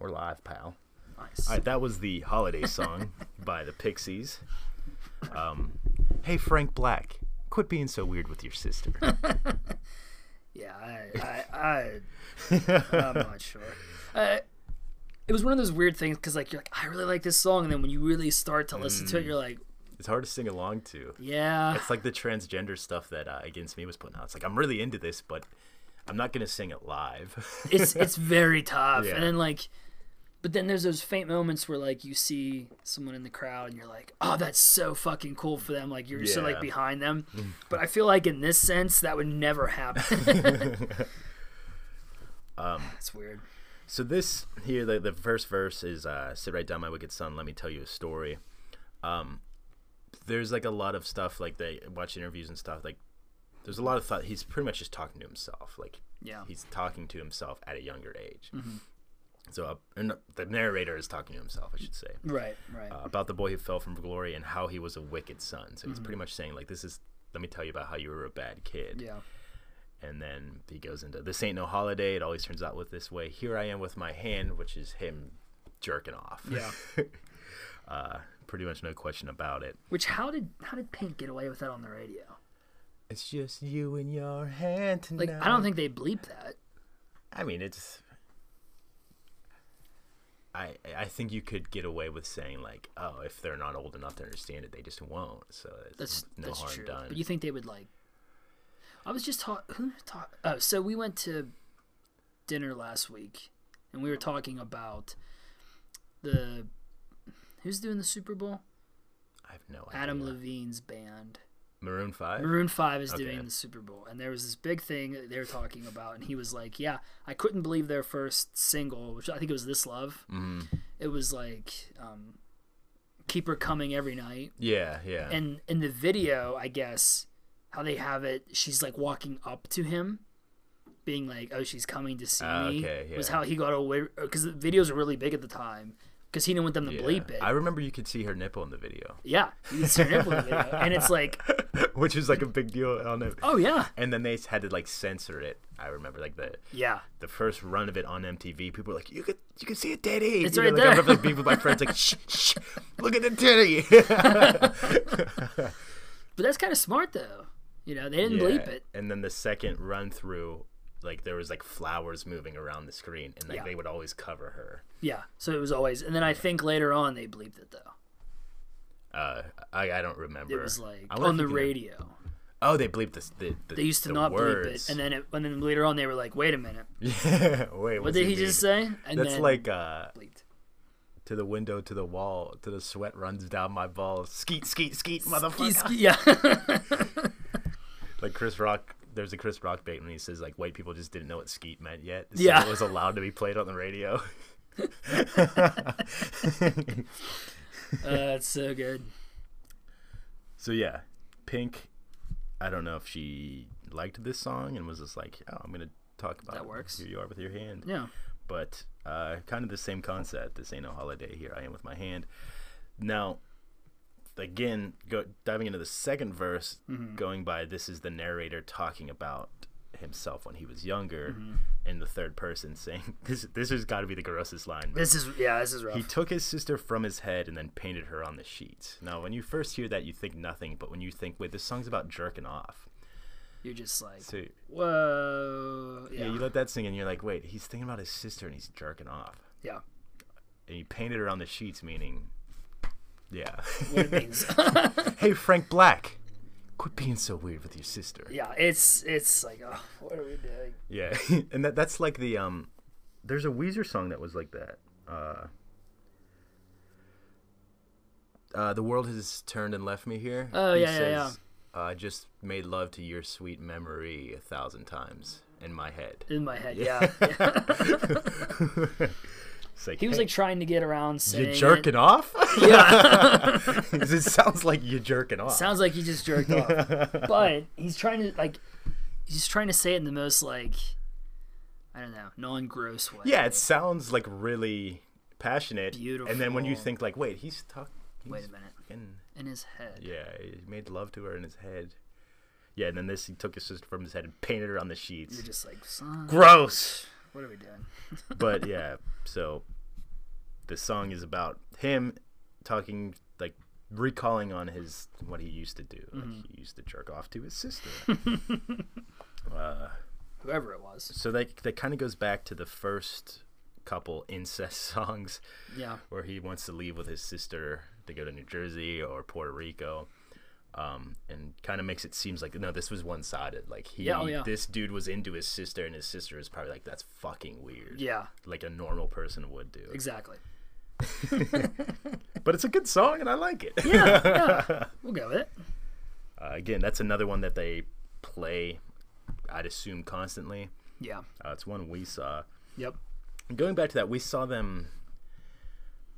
S1: alive, pal.
S2: Nice.
S1: All right, that was the holiday song by the Pixies. Um, hey, Frank Black, quit being so weird with your sister.
S2: Yeah, I, I, I I'm not sure. Uh, it was one of those weird things because like you're like I really like this song, and then when you really start to listen
S1: Mm.
S2: to it, you're like,
S1: it's hard to sing along to.
S2: yeah,
S1: It's like the transgender stuff that uh, Against Me was putting out. It's like I'm really into this, but I'm not gonna sing it live.
S2: it's it's very tough.
S1: Yeah.
S2: And then like, but then there's those faint moments where like you see someone in the crowd, and you're like, oh, that's so fucking cool for them. Like you're so
S1: Yeah.
S2: like behind them. but I feel like in this sense, that would never happen.
S1: Um,
S2: it's weird.
S1: So this here, the, the first verse is uh, "Sit right down, my wicked son. Let me tell you a story." Um, there's like a lot of stuff like they watch interviews and stuff. Like there's a lot of thought. He's pretty much just talking to himself. Like
S2: Yeah.
S1: he's talking to himself at a younger age. So uh, and the narrator is talking to himself, I should say,
S2: Right. Right.
S1: uh, about the boy who fell from glory and how he was a wicked son. So he's pretty much saying like, "This is." Let me tell you about how you were a bad kid
S2: yeah.
S1: and then he goes into this ain't no holiday it always turns out with this way here i am with my hand which is him jerking off
S2: Yeah.
S1: uh, pretty much no question about it
S2: Which how did how did Pink get away with that on the radio?
S1: it's just you and your hand tonight.
S2: Like I don't think they bleep that.
S1: i mean it's I, I think you could get away with saying like oh if they're not old enough to understand it they just won't so it's
S2: That's
S1: no
S2: that's
S1: harm
S2: true.
S1: done
S2: But you think they would like? I was just taught. Who taught? Oh, so we went to dinner last week, and we were talking about the who's doing the Super Bowl?
S1: I have no idea
S2: Adam Levine's band.
S1: Maroon Five
S2: Maroon Five is
S1: Okay.
S2: doing the Super Bowl, and there was this big thing that they were talking about, and he was like, "Yeah, I couldn't believe their first single, which I think it was This Love.
S1: Mhm.
S2: It was like um, Keep Her Coming Every Night."
S1: yeah yeah
S2: and in the video i guess how they have it she's like walking up to him being like oh she's coming to see
S1: Ah,
S2: me
S1: okay,
S2: was
S1: yeah.
S2: how he got away because the videos were really big at the time because he didn't want them to
S1: yeah.
S2: bleep it
S1: I remember you could see her nipple in the video
S2: yeah you can see her nipple in the video. and it's like
S1: which is like a big deal on it.
S2: oh yeah
S1: And then they had to like censor it. I remember like the
S2: yeah
S1: the first run of it on MTV. People were like, "You could you could see a titty."
S2: It's
S1: You know,
S2: right
S1: like,
S2: there.
S1: I remember like, being with my friends like, "Shh, shh, look at the titty."
S2: but that's kind of smart though you know they didn't bleep it
S1: And then the second run through, like there was like flowers moving around the screen, and like
S2: Yeah.
S1: they would always cover her.
S2: yeah so it was always and then i think later on they bleeped it though
S1: Uh, I, I don't remember.
S2: it was like
S1: I wonder
S2: on
S1: if you
S2: the
S1: can-
S2: radio
S1: Oh, they bleeped the, the, the
S2: they used to
S1: the
S2: not bleep it
S1: words.
S2: and then it, and then later on they were like wait a minute
S1: then wait,
S2: what did he just say and
S1: That's
S2: then
S1: like uh,
S2: bleeped
S1: to the window, to the wall, to the sweat runs down my balls. Skeet, skeet, skeet, motherfucker.
S2: He's- yeah. Uh,
S1: Like Chris Rock, there's a Chris Rock bait when he says like white people just didn't know what skeet meant yet. So
S2: Yeah.
S1: it was allowed to be played on the radio.
S2: Uh, it's so good.
S1: so yeah, Pink. I don't know if she liked this song and was just like, oh, I'm gonna talk about
S2: That works.
S1: Here you are with your hand.
S2: Yeah.
S1: But uh, kind of the same concept. This ain't no holiday. Here I am with my hand. Now, again, go diving into the second verse,
S2: Mm-hmm.
S1: going by this is the narrator talking about himself when he was younger,
S2: Mm-hmm.
S1: in the third person saying this. This has got to be the grossest line.
S2: This is yeah. This is rough.
S1: He took his sister from his head and then painted her on the sheet. Now, when you first hear that, you think nothing, but when you think, wait, this song's about jerking off.
S2: You're just like
S1: So, yeah,
S2: whoa. Yeah.
S1: you let that sing, and you're like, wait, he's thinking about his sister and he's jerking off.
S2: yeah.
S1: And he painted her on the sheets, meaning, yeah.
S2: What it means.
S1: hey, Frank Black, quit being so weird with your sister.
S2: yeah. It's it's like oh, what are we doing?
S1: Yeah, and that that's like the um, there's a Weezer song that was like that. Uh, uh, the world has turned and left me here.
S2: Oh,
S1: He
S2: yeah, yeah,
S1: says, Uh, I just made love to your sweet memory a thousand times in my head.
S2: In my head. Yeah.
S1: It's like,
S2: He was
S1: "Hey,
S2: like trying to get around saying.
S1: you
S2: It.
S1: jerking off.
S2: Yeah.
S1: it sounds like you jerking off.
S2: Sounds like he just jerked off. But he's trying to like, he's trying to say it in the most like, I don't know, non-gross way.
S1: yeah, it sounds like really passionate. And then when you
S2: Beautiful.
S1: think like, wait, he's talking.
S2: Wait a minute. In his head.
S1: Yeah, he made love to her in his head. Yeah, and then this he took his sister from his head and painted her on the sheets.
S2: You're just like, son,
S1: Gross.
S2: what are we doing?
S1: But yeah, so the song is about him talking like recalling on his what he used to do.
S2: Mm-hmm.
S1: Like he used to jerk off to his sister.
S2: Whoever it was.
S1: so that that kind of goes back to the first couple incest songs
S2: Yeah.
S1: where he wants to leave with his sister to go to New Jersey or Puerto Rico. Um, and kind of makes it seems like no, this was one sided. Like he,
S2: Yeah, oh, yeah.
S1: this dude was into his sister, and his sister is probably like, "That's fucking weird."
S2: Yeah.
S1: like a normal person would do.
S2: Exactly.
S1: But it's a good song, and I like it.
S2: We'll go with it.
S1: Uh, again, that's another one that they play, I'd assume, constantly.
S2: Yeah.
S1: Uh, it's one we saw.
S2: Yep.
S1: And going back to that, we saw them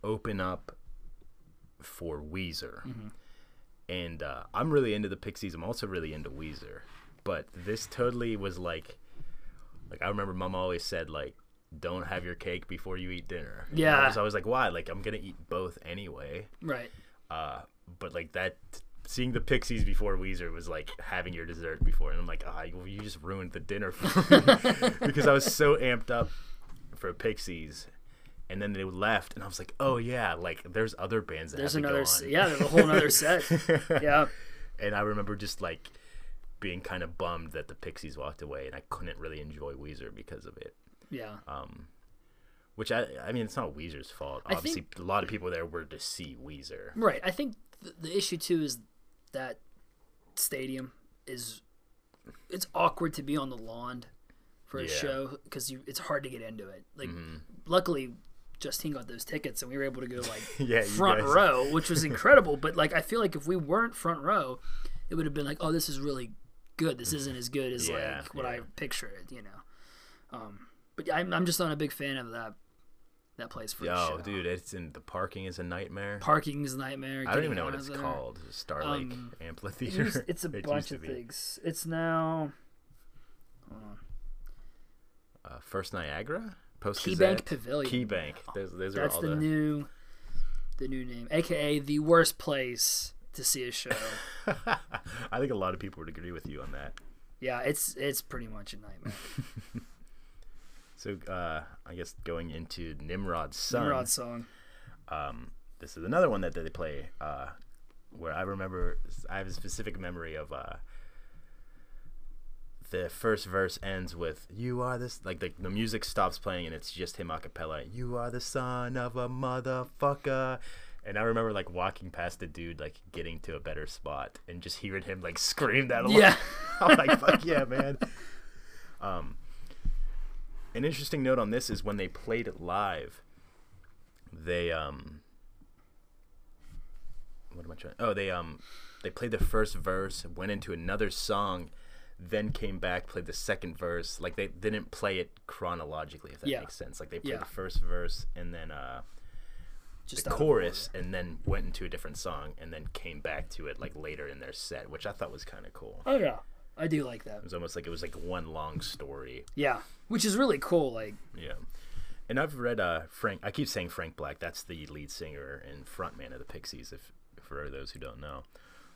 S1: open up for Weezer. And uh, I'm really into the Pixies. I'm also really into Weezer. But this totally was like, like I remember Mom always said, like, don't have your cake before you eat dinner. And I
S2: Yeah.
S1: was always like, why? Like, I'm going to eat both anyway.
S2: Right.
S1: Uh, but like that, seeing the Pixies before Weezer was like having your dessert before, and I'm like, ah, you you just ruined the dinner for me because I was so amped up for Pixies, and then they left, and I was like, oh yeah, like there's other bands that
S2: There's
S1: have to
S2: another.
S1: go
S2: s
S1: on.
S2: yeah. There's a whole other set. yeah.
S1: and I remember just like being kind of bummed that the Pixies walked away, and I couldn't really enjoy Weezer because of it.
S2: Yeah.
S1: Which I, I mean, it's not Weezer's fault. Obviously,
S2: think-
S1: a lot of people there were to see Weezer.
S2: Right. I think th- the issue too is that stadium is it's awkward to be on the lawn for a
S1: Yeah. Mm-hmm.
S2: show because you it's hard to get into it. Like, luckily, Justine got those tickets and we were able to go like
S1: Yeah, you
S2: front
S1: guys-
S2: row, which was incredible. but like, I feel like if we weren't front row, it would have been like, oh, this is really good. This isn't as good as
S1: Yeah,
S2: like what I
S1: yeah.
S2: picture it. You know. Um, but I'm I'm just not a big fan of that that place for a
S1: Oh,
S2: show.
S1: dude, it's in the parking is a nightmare.
S2: Parking's a
S1: I
S2: nightmare.
S1: don't
S2: getting
S1: even know what
S2: out of
S1: it's
S2: there.
S1: called. Starlake
S2: Um, It used-
S1: Amphitheater.
S2: it's a
S1: It used
S2: bunch
S1: to
S2: of
S1: be.
S2: things. It's now
S1: Uh, First Niagara, Post
S2: KeyBank
S1: Gazette,
S2: Pavilion.
S1: KeyBank. Those, those are
S2: that's
S1: all
S2: the, new, the new name, aka the worst place to see a show.
S1: I think a lot of people would agree with you on that.
S2: yeah, it's it's pretty much a nightmare.
S1: So uh, I guess going into Nimrod's son.
S2: Nimrod song.
S1: This is another one that they play. Uh, where I remember, I have a specific memory of. Uh, the first verse ends with "You are this." Like the, the music stops playing and it's just him a cappella. You are the son of a motherfucker. And I remember like walking past the dude, like getting to a better spot, and just hearing him like scream that. along.
S2: Yeah.
S1: I'm like, fuck yeah, man. Um, an interesting note on this is when they played it live, they um, what am I trying? Oh, they um, they played the first verse, went into another song, then came back, played the second verse. Like they didn't play it chronologically, if that
S2: Yeah.
S1: makes sense. Like they played
S2: Yeah.
S1: the first verse and then uh,
S2: Just
S1: the
S2: out of
S1: chorus, and then went into a different song, and then came back to it like later in their set, which I thought was kind of cool.
S2: order. Oh yeah, I do like that.
S1: It was almost like it was like one long story.
S2: Yeah, which is really cool. Like
S1: Yeah. And I've read uh Frank I keep saying Frank Black, that's the lead singer and frontman of the Pixies if for those who don't know.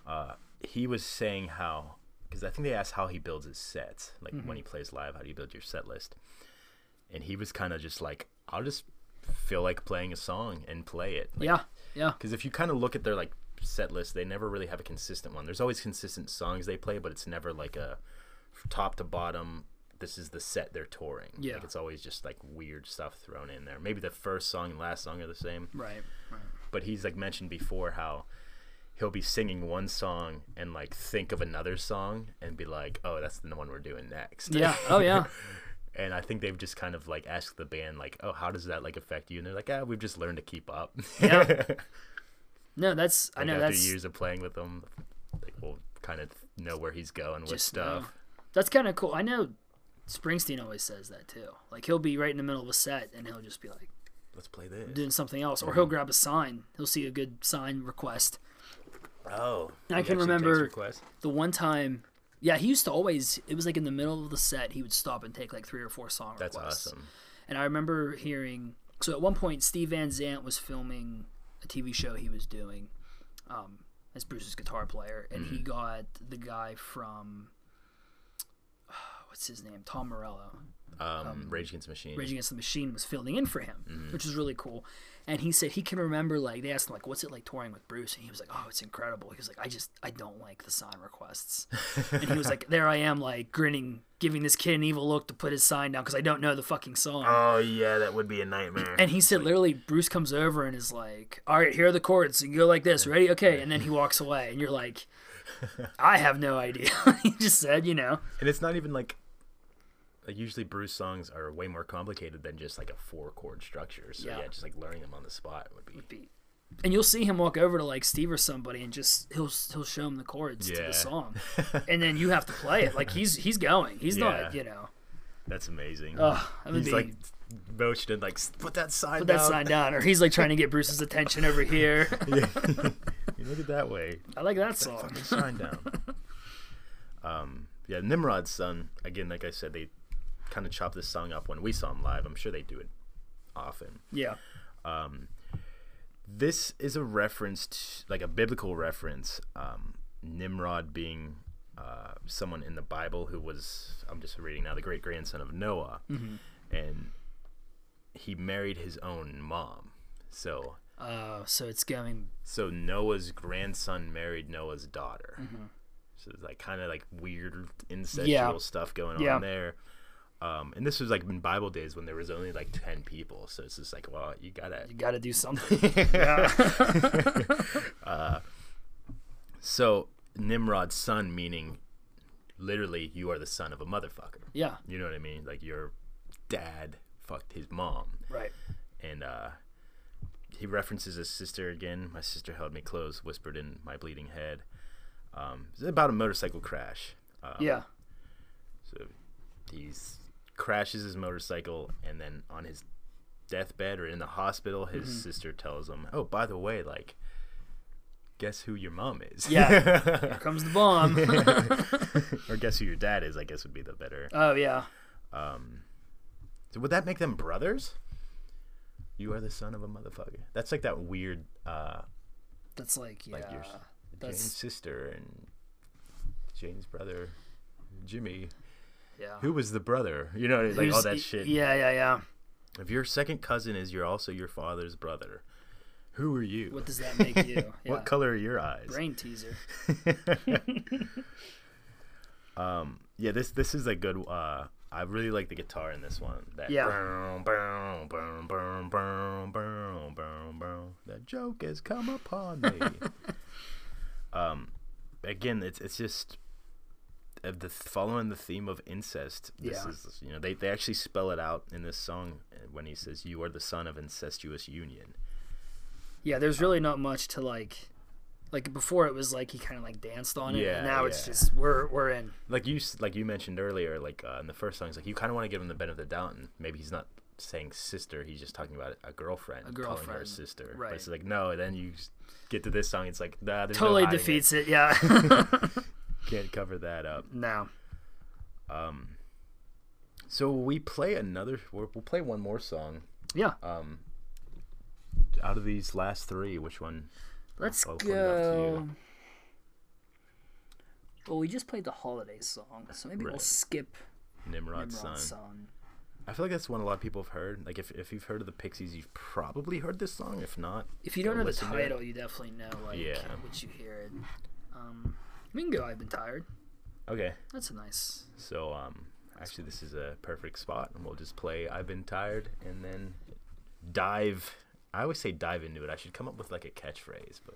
S1: Uh he was saying how cuz I think they asked how he builds his sets, like when he plays live, how do you build your set list? And he was kind of just like I'll just feel like playing a song and play it. Like,
S2: yeah, yeah,
S1: because if you kind of look at their like set list, they never really have a consistent one. There's always consistent songs they play, but it's never like a top to bottom. This is the set they're touring.
S2: Yeah.
S1: like, it's always just like weird stuff thrown in there. Maybe the first song and last song are the same,
S2: right, right.
S1: but he's like mentioned before how he'll be singing one song and like think of another song and be like, "Oh, that's the one we're doing next."
S2: Yeah. Oh yeah.
S1: and I think they've just kind of like asked the band like, "Oh, how does that like affect you?" And they're like, "Ah, we've just learned to keep up."
S2: Yeah. No, that's I
S1: like
S2: know
S1: after
S2: that's
S1: years of playing with him, like we'll kind of know where he's going with
S2: Just
S1: stuff.
S2: know. That's kind of cool. I know Springsteen always says that too. Like he'll be right in the middle of a set and he'll just be like
S1: Let's play this.
S2: doing something else, or he'll grab a sign. He'll see a good sign request.
S1: Oh,
S2: I
S1: he actually
S2: can
S1: takes
S2: remember-
S1: requests?
S2: The one time, yeah, he used to always. It was like in the middle of the set, he would stop and take like three or four song
S1: That's
S2: requests.
S1: awesome.
S2: And I remember hearing. So at one point, Steve Van Zant was filming a TV show he was doing um,
S1: Mm-hmm.
S2: as Bruce's guitar player, and he got the guy from what's his name? Tom Morello.
S1: Um, Rage Against the Machine.
S2: Rage Against the Machine was filling in for him, which was really cool. And he said he can remember like they asked him like, "What's it like touring with Bruce?" And he was like, "Oh, it's incredible." He was like, "I just I don't like the sign requests." and he was like, "There I am, like grinning, giving this kid an evil look to put his sign down because I don't know the fucking song."
S1: oh yeah, that would be a nightmare.
S2: and he said literally, Bruce comes over and is like, "All right, here are the chords. You go like this, ready? Okay." And then he walks away, and you're like, "I have no idea." he just said, you know.
S1: and it's not even like. Like usually, Bruce songs are way more complicated than just like a four chord structure. So yeah,
S2: Yeah.
S1: just like learning them on the spot would be.
S2: beat. And you'll see him walk over to like Steve or somebody, and just he'll he'll show him the chords to
S1: Yeah.
S2: the song, and then you have to play it. Like he's he's going, he's
S1: Yeah.
S2: not, you know.
S1: That's amazing.
S2: Ugh, that would
S1: He's
S2: be-
S1: like motioned, like "S- put that sign
S2: put
S1: down.
S2: that sign down, or he's like trying to get Bruce's attention over here.
S1: You look at that way.
S2: I like that song.
S1: Fucking sign down. um, yeah, Nimrod's son. Again, like I said, they kind of chopped this song up when we saw him live. I'm sure they do it often.
S2: Yeah,
S1: This is a reference, to, like a biblical reference. Um, Nimrod being uh, someone in the Bible who was, I'm just reading now, the great grandson of Noah, and he married his own mom. So
S2: uh, so it's going.
S1: So Noah's grandson married Noah's daughter. So it's like kind of like weird incestual
S2: Mm-hmm. Yeah.
S1: stuff going
S2: Yeah.
S1: on there. Um, and this was like in Bible days when there was only like ten people. So it's just like, well, you gotta.
S2: You got to do something.
S1: So Nimrod's son, meaning literally, you are the son of a motherfucker.
S2: yeah,
S1: You know what I mean? Like your dad fucked his mom.
S2: right.
S1: and uh, he references his sister again. My sister held me close, whispered in my bleeding head. Um, it's about a motorcycle crash. Um,
S2: Yeah,
S1: So he's crashes his motorcycle, and then on his deathbed or in the hospital, his
S2: Mm-hmm.
S1: sister tells him, "Oh, by the way, like, guess who your mom is?
S2: yeah. Here comes the bomb.
S1: or guess who your dad is? I guess would be the better.
S2: oh yeah.
S1: So would that make them brothers? You are the son of a motherfucker. That's like that weird." Uh,
S2: That's like yeah.
S1: like your s-
S2: that's-
S1: Jane's sister and Jane's brother, Jimmy.
S2: yeah.
S1: Who was the brother? You know, what I mean? like all
S2: Who's-
S1: that shit.
S2: Yeah, yeah, yeah.
S1: If your second cousin is, you're also your father's brother. Who are you?
S2: What does that make you? Yeah.
S1: What color are your eyes?
S2: Brain teaser.
S1: Yeah, this this is a good. Uh, I really like the guitar in this one. That
S2: Yeah.
S1: brown, brown, brown, brown, brown, brown, brown, brown. The joke has come upon me. um, again, it's it's just uh, the following the theme of incest. This
S2: Yeah.
S1: is you know they they actually spell it out in this song uh, when he says you are the son of incestuous union.
S2: Yeah, there's really not much to like. Like before, it was like he kind of like danced on it.
S1: Yeah,
S2: and now it's
S1: yeah.
S2: just we're we're in.
S1: Like you s- like you mentioned earlier, like uh, in the first song, it's like you kind of want to give him the benefit of the doubt, and maybe he's not saying sister, he's just talking about a girlfriend, calling her
S2: girlfriend,
S1: sister. But
S2: right.
S1: it's like no, then you s- get to this song, it's like nah, there's
S2: Totally
S1: no hiding
S2: defeats it. Yeah.
S1: It. Can't cover that up.
S2: no.
S1: So we play another. We'll we'll play one more song
S2: Yeah.
S1: Uh, out of these last three. Which one?
S2: Let's
S1: I'll put it up to
S2: go. Well, we just played the holiday song, so maybe we'll
S1: Right.
S2: skip
S1: Nimrod's,
S2: Nimrod's
S1: son.
S2: song.
S1: I feel like that's one a lot of people have heard. Like if, if you've heard of the Pixies, you've probably heard this song. If not,
S2: If you don't
S1: go
S2: know the
S1: listen to it.
S2: title, you definitely know like
S1: Yeah.
S2: what you hear. Um, we can go. I've been tired.
S1: okay.
S2: That's a nice.
S1: So um, actually, this is a perfect spot, and we'll just play "I've Been Tired" and then dive. I always say dive into it. I should come up with like a catchphrase, but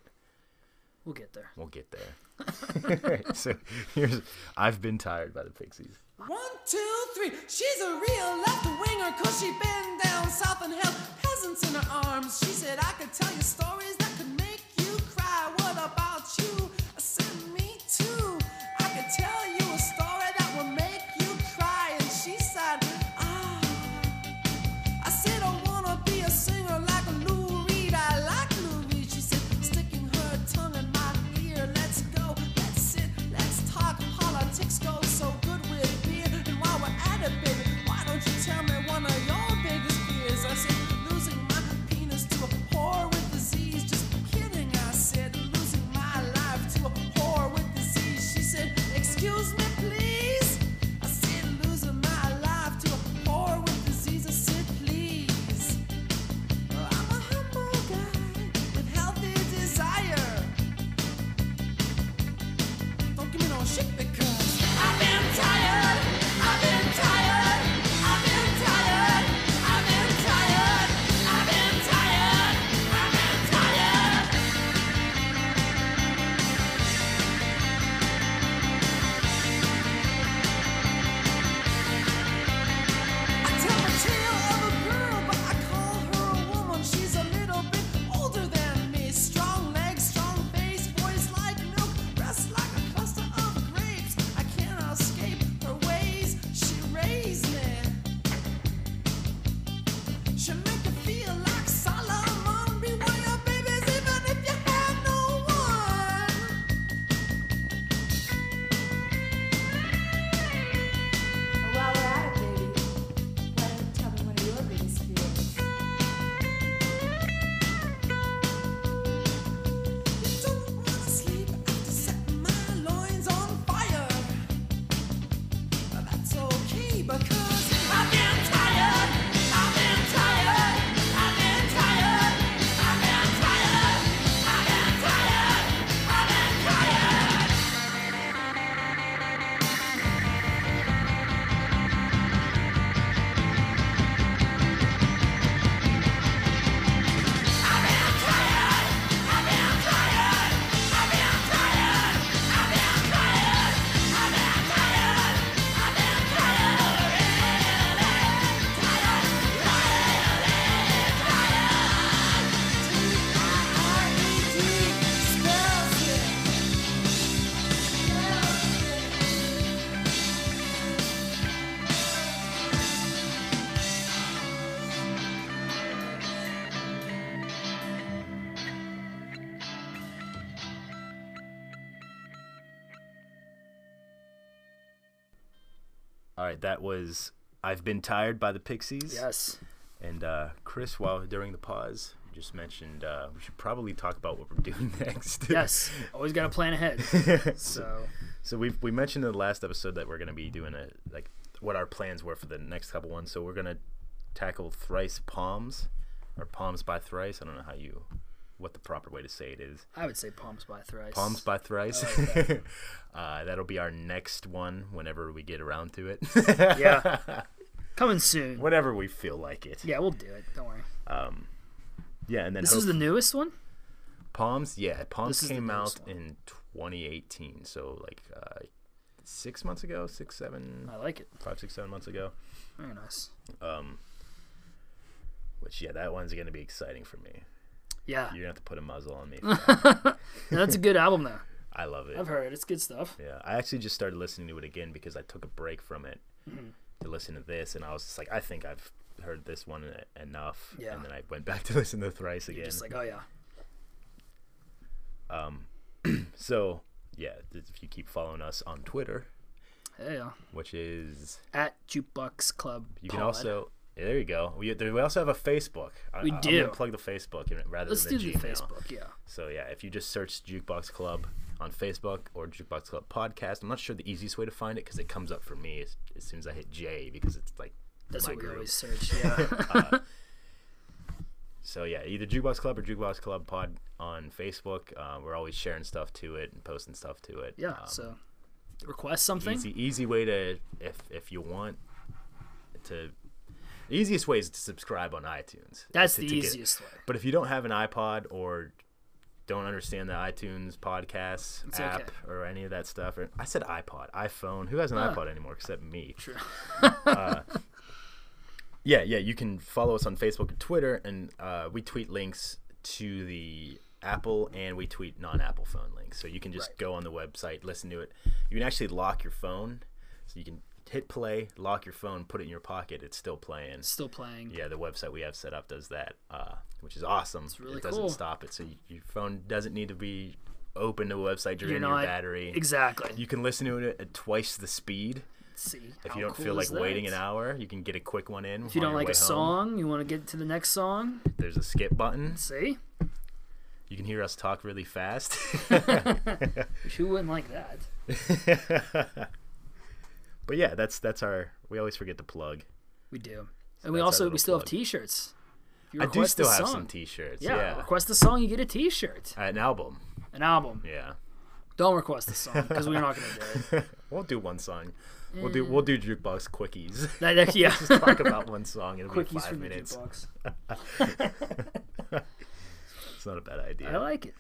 S2: We'll get there.
S1: we'll get there. so here's "I've Been Tired" by the Pixies.
S3: One, two, three. She's a real left winger, cause she been down south and held peasants in her arms. She said, I could tell you stories that could make you cry. What about you? I said, Me too. I could tell you a story that will make you cry. And she said, Ah. I said I wanna be a singer like a Lou Reed. I like Lou Reed. She said, sticking her tongue in my ear. Let's go, let's sit, let's talk. Politics goes so good with beer. And while we're at it, baby, why don't you tell me one of your biggest fears? I said, losing my penis to a whore with disease.
S1: All right, that was I've Been Tired by the Pixies.
S2: Yes.
S1: And uh, Chris, while during the pause, you just mentioned uh, we should probably talk about what we're doing next.
S2: Yes. Always got to plan ahead. So
S1: so we we mentioned in the last episode that we're going to be doing a like what our plans were for the next couple ones. So we're going to tackle thrice palms or palms by thrice. I don't know how you what the proper way to say it is.
S2: I would say palms by thrice.
S1: Palms by thrice. uh, that'll be our next one whenever we get around to it.
S2: Yeah. Coming soon.
S1: whenever we feel like it.
S2: Yeah, we'll do it. Don't worry.
S1: Yeah, and then
S2: This is the
S1: hope-
S2: newest one.
S1: Palms. Yeah, Palms
S2: This is the
S1: came out
S2: newest one.
S1: in 2018. So like uh, six months ago, six, seven,
S2: I like it.
S1: five, six, seven months ago.
S2: Very nice.
S1: Which yeah, that one's gonna be exciting for me.
S2: Yeah.
S1: You're gonna have to put a muzzle on me. for that.
S2: Yeah, that's a good album though.
S1: I love it.
S2: I've heard it. It's good stuff.
S1: Yeah, I actually just started listening to it again because I took a break from it
S2: Mm-hmm.
S1: to listen to this, and I was just like, I think I've heard this one e- enough.
S2: Yeah.
S1: And then I went back to listen to thrice again.
S2: Just like, oh yeah.
S1: so yeah, th- if you keep following us on Twitter,
S2: Hey, yeah.
S1: which is
S2: At Jukebox Club.
S1: you can
S2: Pod.
S1: also yeah, there you go. We, there, we also have a Facebook. I,
S2: We
S1: I- I'm
S2: do.
S1: gonna plug the Facebook in- rather
S2: Let's do
S1: than
S2: the
S1: Gmail.
S2: Facebook. Yeah.
S1: So yeah, if you just search Jukebox Club on Facebook or Jukebox Club Podcast, I'm not sure the easiest way to find it because it comes up for me as, as soon as I hit J because it's like
S2: That's
S1: my
S2: what we
S1: group.
S2: always search. Yeah.
S1: So yeah, either Jukebox Club or Jukebox Club Pod on Facebook. Uh, we're always sharing stuff to it and posting stuff to it.
S2: yeah.
S1: Um,
S2: so request something.
S1: easy easy way to if if you want to. The easiest way is to subscribe on iTunes.
S2: That's
S1: To-
S2: the
S1: to get it.
S2: easiest way.
S1: But if you don't have an iPod or don't understand the iTunes podcasts
S2: It's
S1: app
S2: okay.
S1: or any of that stuff, or I said iPod, iPhone. Who has an iPod anymore except me? Uh,
S2: True.
S1: Yeah, yeah. You can follow us on Facebook and Twitter, and uh, we tweet links to the Apple and we tweet non-Apple phone links. So you can just
S2: Right.
S1: go on the website, listen to it. You can actually lock your phone, so you can hit play, lock your phone, put it in your pocket. It's still playing.
S2: Still playing.
S1: Yeah, the website we have set up does that, uh, which is awesome.
S2: really
S1: it doesn't
S2: cool.
S1: stop it, so y your phone doesn't need to be open to a website
S2: You're
S1: draining your
S2: not
S1: battery.
S2: Exactly.
S1: You can listen to it at twice the speed.
S2: See.
S1: If
S2: how
S1: you don't
S2: cool
S1: feel like
S2: is
S1: waiting
S2: that?
S1: an hour, you can get a quick one in.
S2: If you don't like a song, you want to get to the next song.
S1: there's a skip button.
S2: See,
S1: You can hear us talk really fast.
S2: who wouldn't like that?
S1: but yeah, that's that's our. We always forget to plug.
S2: We do. And we
S1: that's our
S2: also we
S1: little
S2: still have
S1: plug.
S2: T-shirts. If you
S1: I do
S2: request a
S1: still have some
S2: song-
S1: T-shirts.
S2: Yeah,
S1: Yeah,
S2: request a song, you get a T-shirt,
S1: an album.
S2: an album.
S1: Yeah,
S2: Don't request a song because we're not gonna do it.
S1: we'll do one song. We'll
S2: Mm.
S1: do we'll do jukebox quickies.
S2: That- that- yeah,
S1: Talk about one song. It'll be
S2: quickies
S1: five
S2: from the
S1: minutes.
S2: jukebox.
S1: It's not a bad idea. Um,
S2: I like it.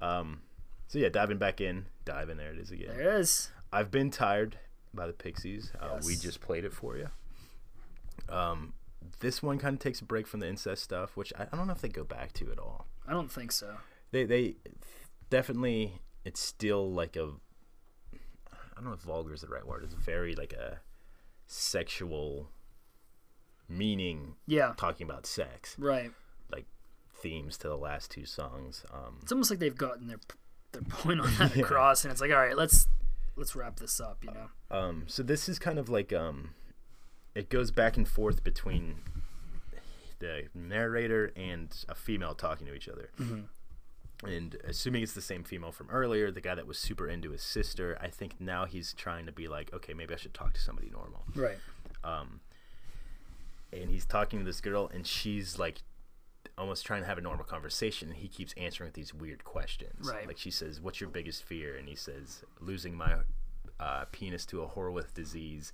S1: so yeah, diving back in, diving there it is again.
S2: There it is.
S1: I've been tired by the Pixies. Uh, We
S2: Yes.
S1: just played it for you. Um, this one kind of takes a break from the incest stuff, which I, I don't know if they go back to at all.
S2: I don't think so.
S1: They they definitely it's still like a I don't know if vulgar is the right word. It's very like a sexual meaning
S2: Yeah,
S1: talking about sex
S2: right.
S1: like themes to the last two songs. Um,
S2: It's almost like they've gotten their their point on that across, and it's like, all right, let's let's wrap this up. You know,
S1: Um, so this is kind of like um, it goes back and forth between the narrator and a female talking to each other. And assuming it's the same female from earlier, the guy that was super into his sister, I think now he's trying to be like, okay, maybe I should talk to somebody normal.
S2: right?
S1: And he's talking to this girl, and she's like almost trying to have a normal conversation. And he keeps answering with these weird questions.
S2: Right.
S1: Like she says, What's your biggest fear? And he says, Losing my uh, penis to a Horwath disease.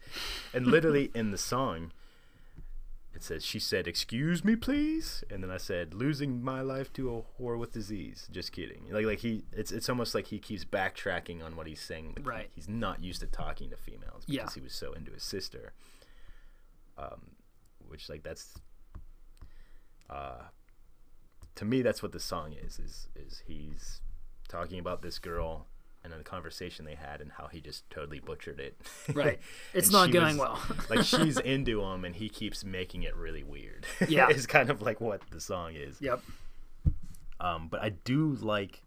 S1: And literally in the song, it says, She said, Excuse me, please. And then I said, Losing my life to a Horwath disease. Just kidding. Like, like he, it's, it's almost like he keeps backtracking on what he's saying. Like,
S2: Right.
S1: He's not used to talking to females because
S2: Yeah.
S1: he was so into his sister. Um, which, like, that's uh, to me that's what the song is is is he's talking about this girl and then the conversation they had and how he just totally butchered it
S2: Right. It's
S1: And
S2: not
S1: she
S2: going
S1: was-
S2: well.
S1: like she's into him and he keeps making it really weird
S2: Yeah.
S1: it's kind of like what the song is
S2: Yep.
S1: um but i do like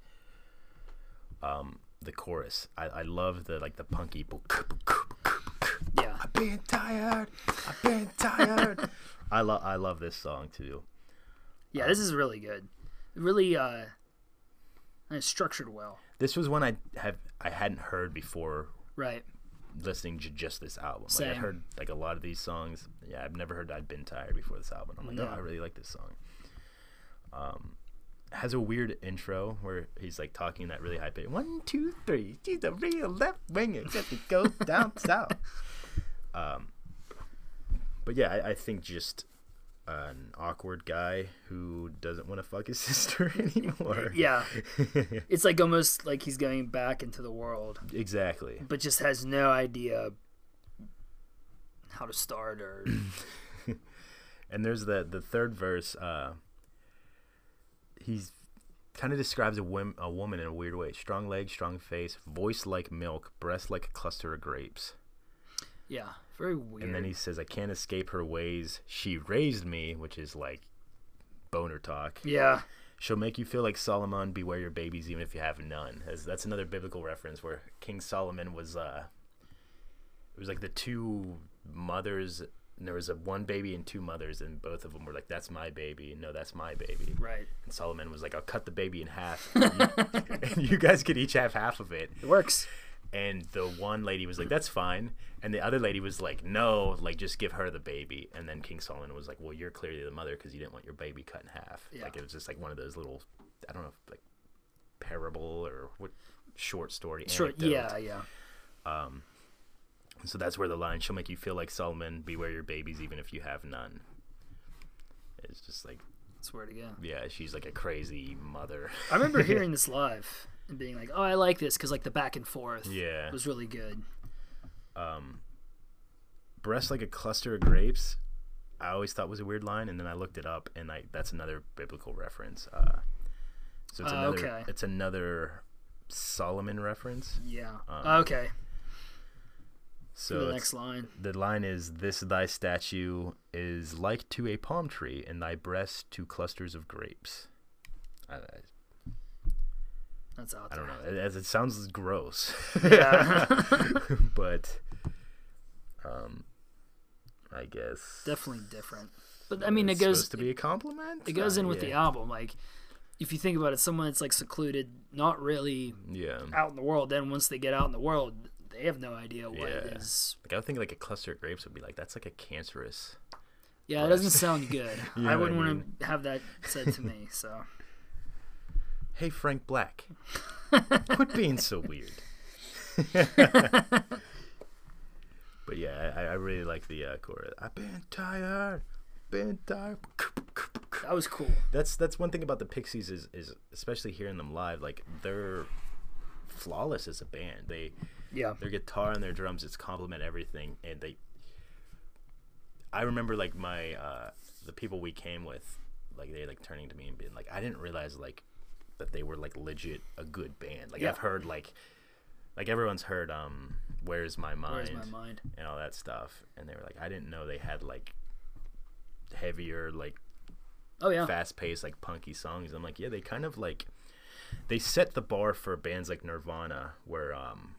S1: um the chorus i i love the like the punky book
S2: Yeah.
S1: been tired. I've been tired. I love I love this song too.
S2: Yeah, this is really good. Really, uh, and it's structured well.
S1: This was one I have I hadn't heard before
S2: Right.
S1: listening to just this album. Like
S2: Same.
S1: I've heard like a lot of these songs. Yeah, I've never heard I'd been tired before this album. I'm like,
S2: No.
S1: oh, I really like this song. Um, has a weird intro where he's like talking that really high pitch. One, two, three. She's a real left winger. Just to go down south. Um, but yeah, I, I think just an awkward guy who doesn't want to fuck his sister anymore.
S2: Yeah. it's like almost like he's going back into the world,
S1: exactly.
S2: but just has no idea how to start or
S1: And there's the the third verse. Uh, he's kind of describes a, wom- a woman in a weird way. Strong legs, strong face, voice like milk, breast like a cluster of grapes.
S2: yeah, very weird.
S1: And then he says, "I can't escape her ways. She raised me," which is like boner talk.
S2: yeah,
S1: She'll make you feel like Solomon. Beware your babies, even if you have none. As that's another biblical reference where King Solomon was. Uh, it was like the two mothers. And there was a one baby and two mothers, and both of them were like, "That's my baby." No, that's my baby.
S2: right.
S1: And Solomon was like, "I'll cut the baby in half, and you, and you guys could each have half of it."
S2: It works.
S1: And the one lady was like, "That's fine," and the other lady was like, "No, like just give her the baby." And then King Solomon was like, "Well, you're clearly the mother because you didn't want your baby cut in half."
S2: Yeah.
S1: Like it was just like one of those little, I don't know, like parable or what short story.
S2: Sure.
S1: anecdote.
S2: Yeah, yeah.
S1: So that's where the line "She'll make you feel like Solomon, beware your babies, even if you have none." It's just like,
S2: That's where to go.
S1: yeah, she's like a crazy mother.
S2: I remember hearing this live and being like, "Oh, I like this" because like the back and forth,
S1: Yeah.
S2: was really good.
S1: breast like a cluster of grapes i always thought was a weird line and then i looked it up and I, that's another biblical reference uh, so it's
S2: Oh,
S1: another
S2: okay.
S1: it's another solomon reference
S2: Yeah. okay.
S1: Um, so
S2: the
S1: it's-
S2: next line.
S1: the line is this thy statue is like to a palm tree and thy breast to clusters of grapes i, I,
S2: That's out
S1: I
S2: there.
S1: don't know as it sounds gross
S2: Yeah.
S1: but um i guess
S2: Definitely different. But I mean, it
S1: it's
S2: goes
S1: supposed to be a compliment
S2: it goes
S1: Uh,
S2: in with the
S1: yeah.
S2: album. Like, if you think about it, someone that's like secluded, not really
S1: yeah
S2: out in the world. Then once they get out in the world, they have no idea what it
S1: Yeah.
S2: is.
S1: Like I would think like a cluster of grapes would be like that's like a cancerous.
S2: Yeah, it doesn't sound good.
S1: know
S2: I
S1: what
S2: wouldn't
S1: I
S2: want to have that said to me. So
S1: Hey Frank Black, quit being so weird. but yeah, I, I really like the uh, chorus. I've been tired, been tired.
S2: that was cool.
S1: That's that's one thing about the Pixies is is especially hearing them live. Like they're flawless as a band. They
S2: Yeah.
S1: their guitar and their drums just complement everything and they i remember like my uh the people we came with like they like turning to me and being like i didn't realize like that they were like legit a good band like
S2: Yeah.
S1: i've heard like like everyone's heard um where's my mind
S2: Where's my mind?
S1: and all that stuff and they were like i didn't know they had like heavier like
S2: Oh yeah.
S1: fast paced, like punky songs. I'm like, yeah, they kind of like they set the bar for bands like Nirvana, where um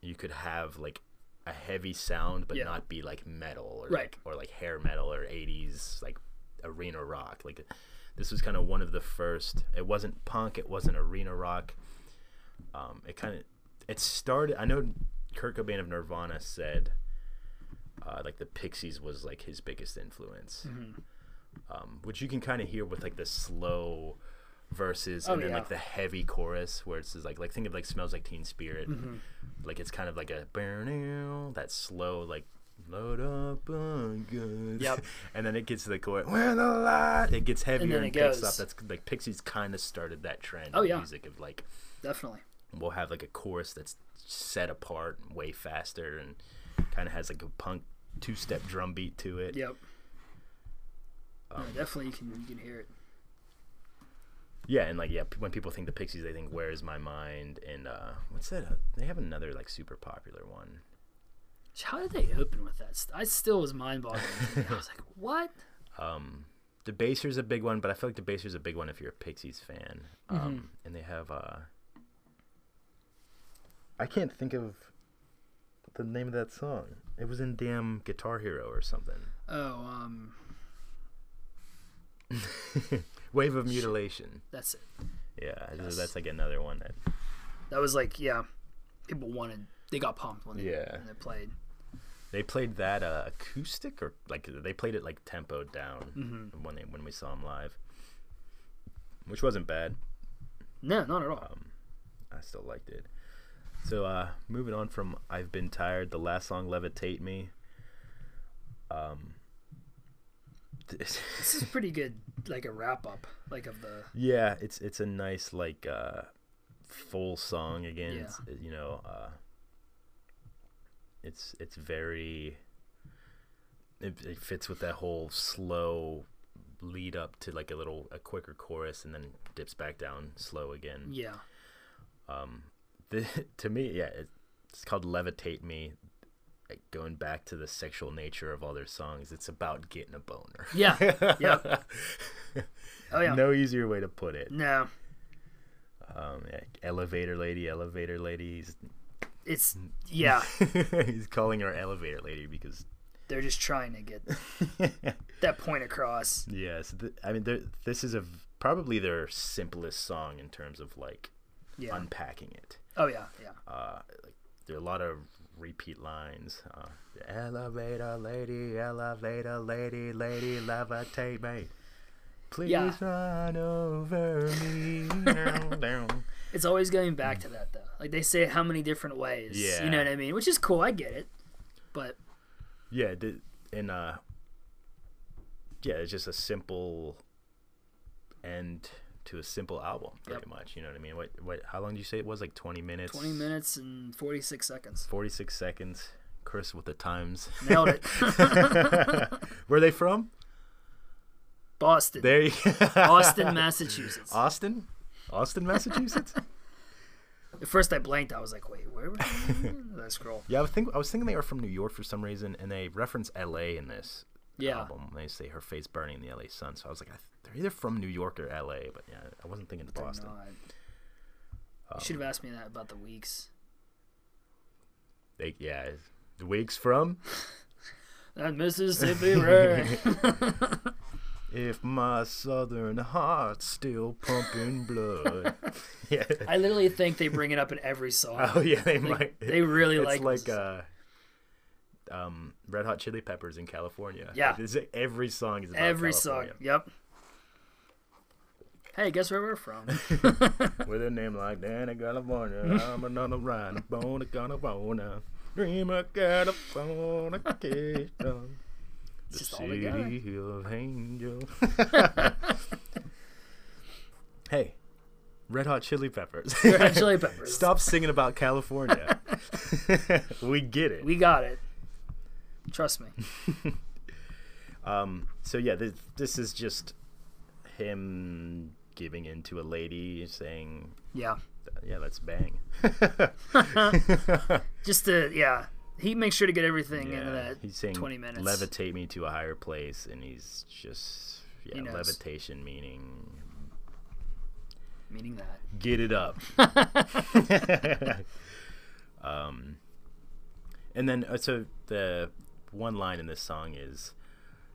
S1: you could have like a heavy sound but
S2: Yeah.
S1: not be like metal or
S2: Right.
S1: like or like hair metal or eighties like arena rock. Like this was kind of one of the first it wasn't punk, it wasn't arena rock. Um it kinda it started I know Kurt Cobain of Nirvana said uh, like the Pixies was like his biggest influence,
S2: Mm-hmm.
S1: um, which you can kind of hear with like the slow verses and
S2: Oh,
S1: then
S2: yeah.
S1: like the heavy chorus where it's just, like like think of like smells like Teen Spirit,
S2: Mm-hmm.
S1: like it's kind of like a that slow like load up on guns,
S2: Yep.
S1: and then it gets to the chorus when the light it gets heavier and,
S2: then it
S1: picks
S2: goes.
S1: up. That's like Pixies kind of started that trend.
S2: Oh,
S1: in
S2: yeah.
S1: music of like
S2: Definitely.
S1: we'll have like a chorus that's set apart and way faster and kind of has like a punk two step drum beat to it.
S2: Yep. No,
S1: Um,
S2: definitely, you can you can hear it.
S1: Yeah, and like yeah, p- when people think the Pixies, they think "Where Is My Mind" and uh, what's that? Uh, they have another like super popular one.
S2: How did they open with that? st- I still was mind boggling. I was like, what?
S1: Um, The Baser's a big one, but I feel like the Baser's a big one if you're a Pixies fan. Um, And they have uh, I can't think of the name of that song? It was in damn Guitar Hero or something.
S2: Oh, um,
S1: Wave of Mutilation.
S2: that's it.
S1: Yeah, so that's like another one that.
S2: That was like, yeah, people wanted. They got pumped when they,
S1: Yeah.
S2: when they played.
S1: They played that uh, acoustic or like they played it like tempoed down when they when we saw them live, which wasn't bad.
S2: No, not at
S1: Um,
S2: all.
S1: I still liked it. So uh, moving on from I've been tired, the last song "Levitate Me." Um,
S2: this is pretty good, like a wrap up, like of the.
S1: yeah, it's it's a nice like uh, full song again.
S2: Yeah.
S1: It's, you know, uh, it's it's very. It, it fits with that whole slow lead up to like a little a quicker chorus and then dips back down slow again.
S2: Yeah,
S1: the, to me, yeah, it, it's called Levitate Me. Like going back to the sexual nature of all their songs, it's about getting a boner.
S2: yeah, yeah. Oh yeah.
S1: no easier way to put it.
S2: no.
S1: Um, yeah, elevator lady, elevator lady. He's,
S2: It's yeah.
S1: he's calling her elevator lady because
S2: They're just trying to get that point across.
S1: yes, th- I mean they're- this is a v- probably their simplest song in terms of like
S2: Yeah.
S1: unpacking it.
S2: oh yeah, yeah.
S1: uh, like there are a lot of repeat lines. Uh, elevator lady, elevator lady, lady levitate me. Please
S2: Yeah.
S1: run over me. down, down.
S2: It's always going back to that though. Like they say it how many different ways. You
S1: Yeah.
S2: know what I mean? Which is cool. I get it. But
S1: Yeah, the, and uh, yeah, it's just a simple end to a simple album, pretty
S2: Yep.
S1: much. You know what I mean? What, what? How long did you say it was? Like twenty minutes.
S2: 20 minutes and 46 seconds.
S1: Forty-six seconds. Chris with the times.
S2: Nailed it.
S1: Where are they from?
S2: Boston.
S1: There you
S2: Boston, Massachusetts.
S1: Austin? Austin, Massachusetts?
S2: At first I blanked. I was like, wait, where were I scroll?
S1: yeah, I was, think, I was thinking they were from New York for some reason, and they reference LA in this
S2: Yeah.
S1: album. They say her face burning in the LA sun. So I was like, I th- they're either from New York or LA, but yeah, I wasn't thinking of Boston. Um,
S2: God. You should have asked me that about the weeks.
S1: They, yeah, the wigs from?
S2: That Mississippi rain.
S1: If my southern heart's still pumping blood. yeah.
S2: I literally think they bring it up in every song.
S1: Oh, yeah, they might.
S2: they really
S1: it's
S2: like
S1: like,
S2: this.
S1: uh, um, Red Hot Chili Peppers in California.
S2: Yeah.
S1: Like, it's- every song is about
S2: every
S1: California.
S2: song. Yep. Hey, guess where we're from?
S1: With a name like Danny California, I'm another rider, bone of California, dream of California, the
S2: It's just all together.
S1: city of angel. hey, Red Hot Chili Peppers,
S2: Red Chili Peppers.
S1: stop singing about California. we get it.
S2: We got it. Trust me.
S1: so yeah, this, this is just him giving in to a lady saying,
S2: Yeah.
S1: "Yeah, let's bang."
S2: Just to yeah. He makes sure to get everything into
S1: Yeah,
S2: that
S1: he's saying
S2: twenty minutes.
S1: levitate me to a higher place, and he's just yeah,
S2: He knows.
S1: levitation meaning
S2: Meaning that.
S1: get it up. um, and then uh, so the one line in this song is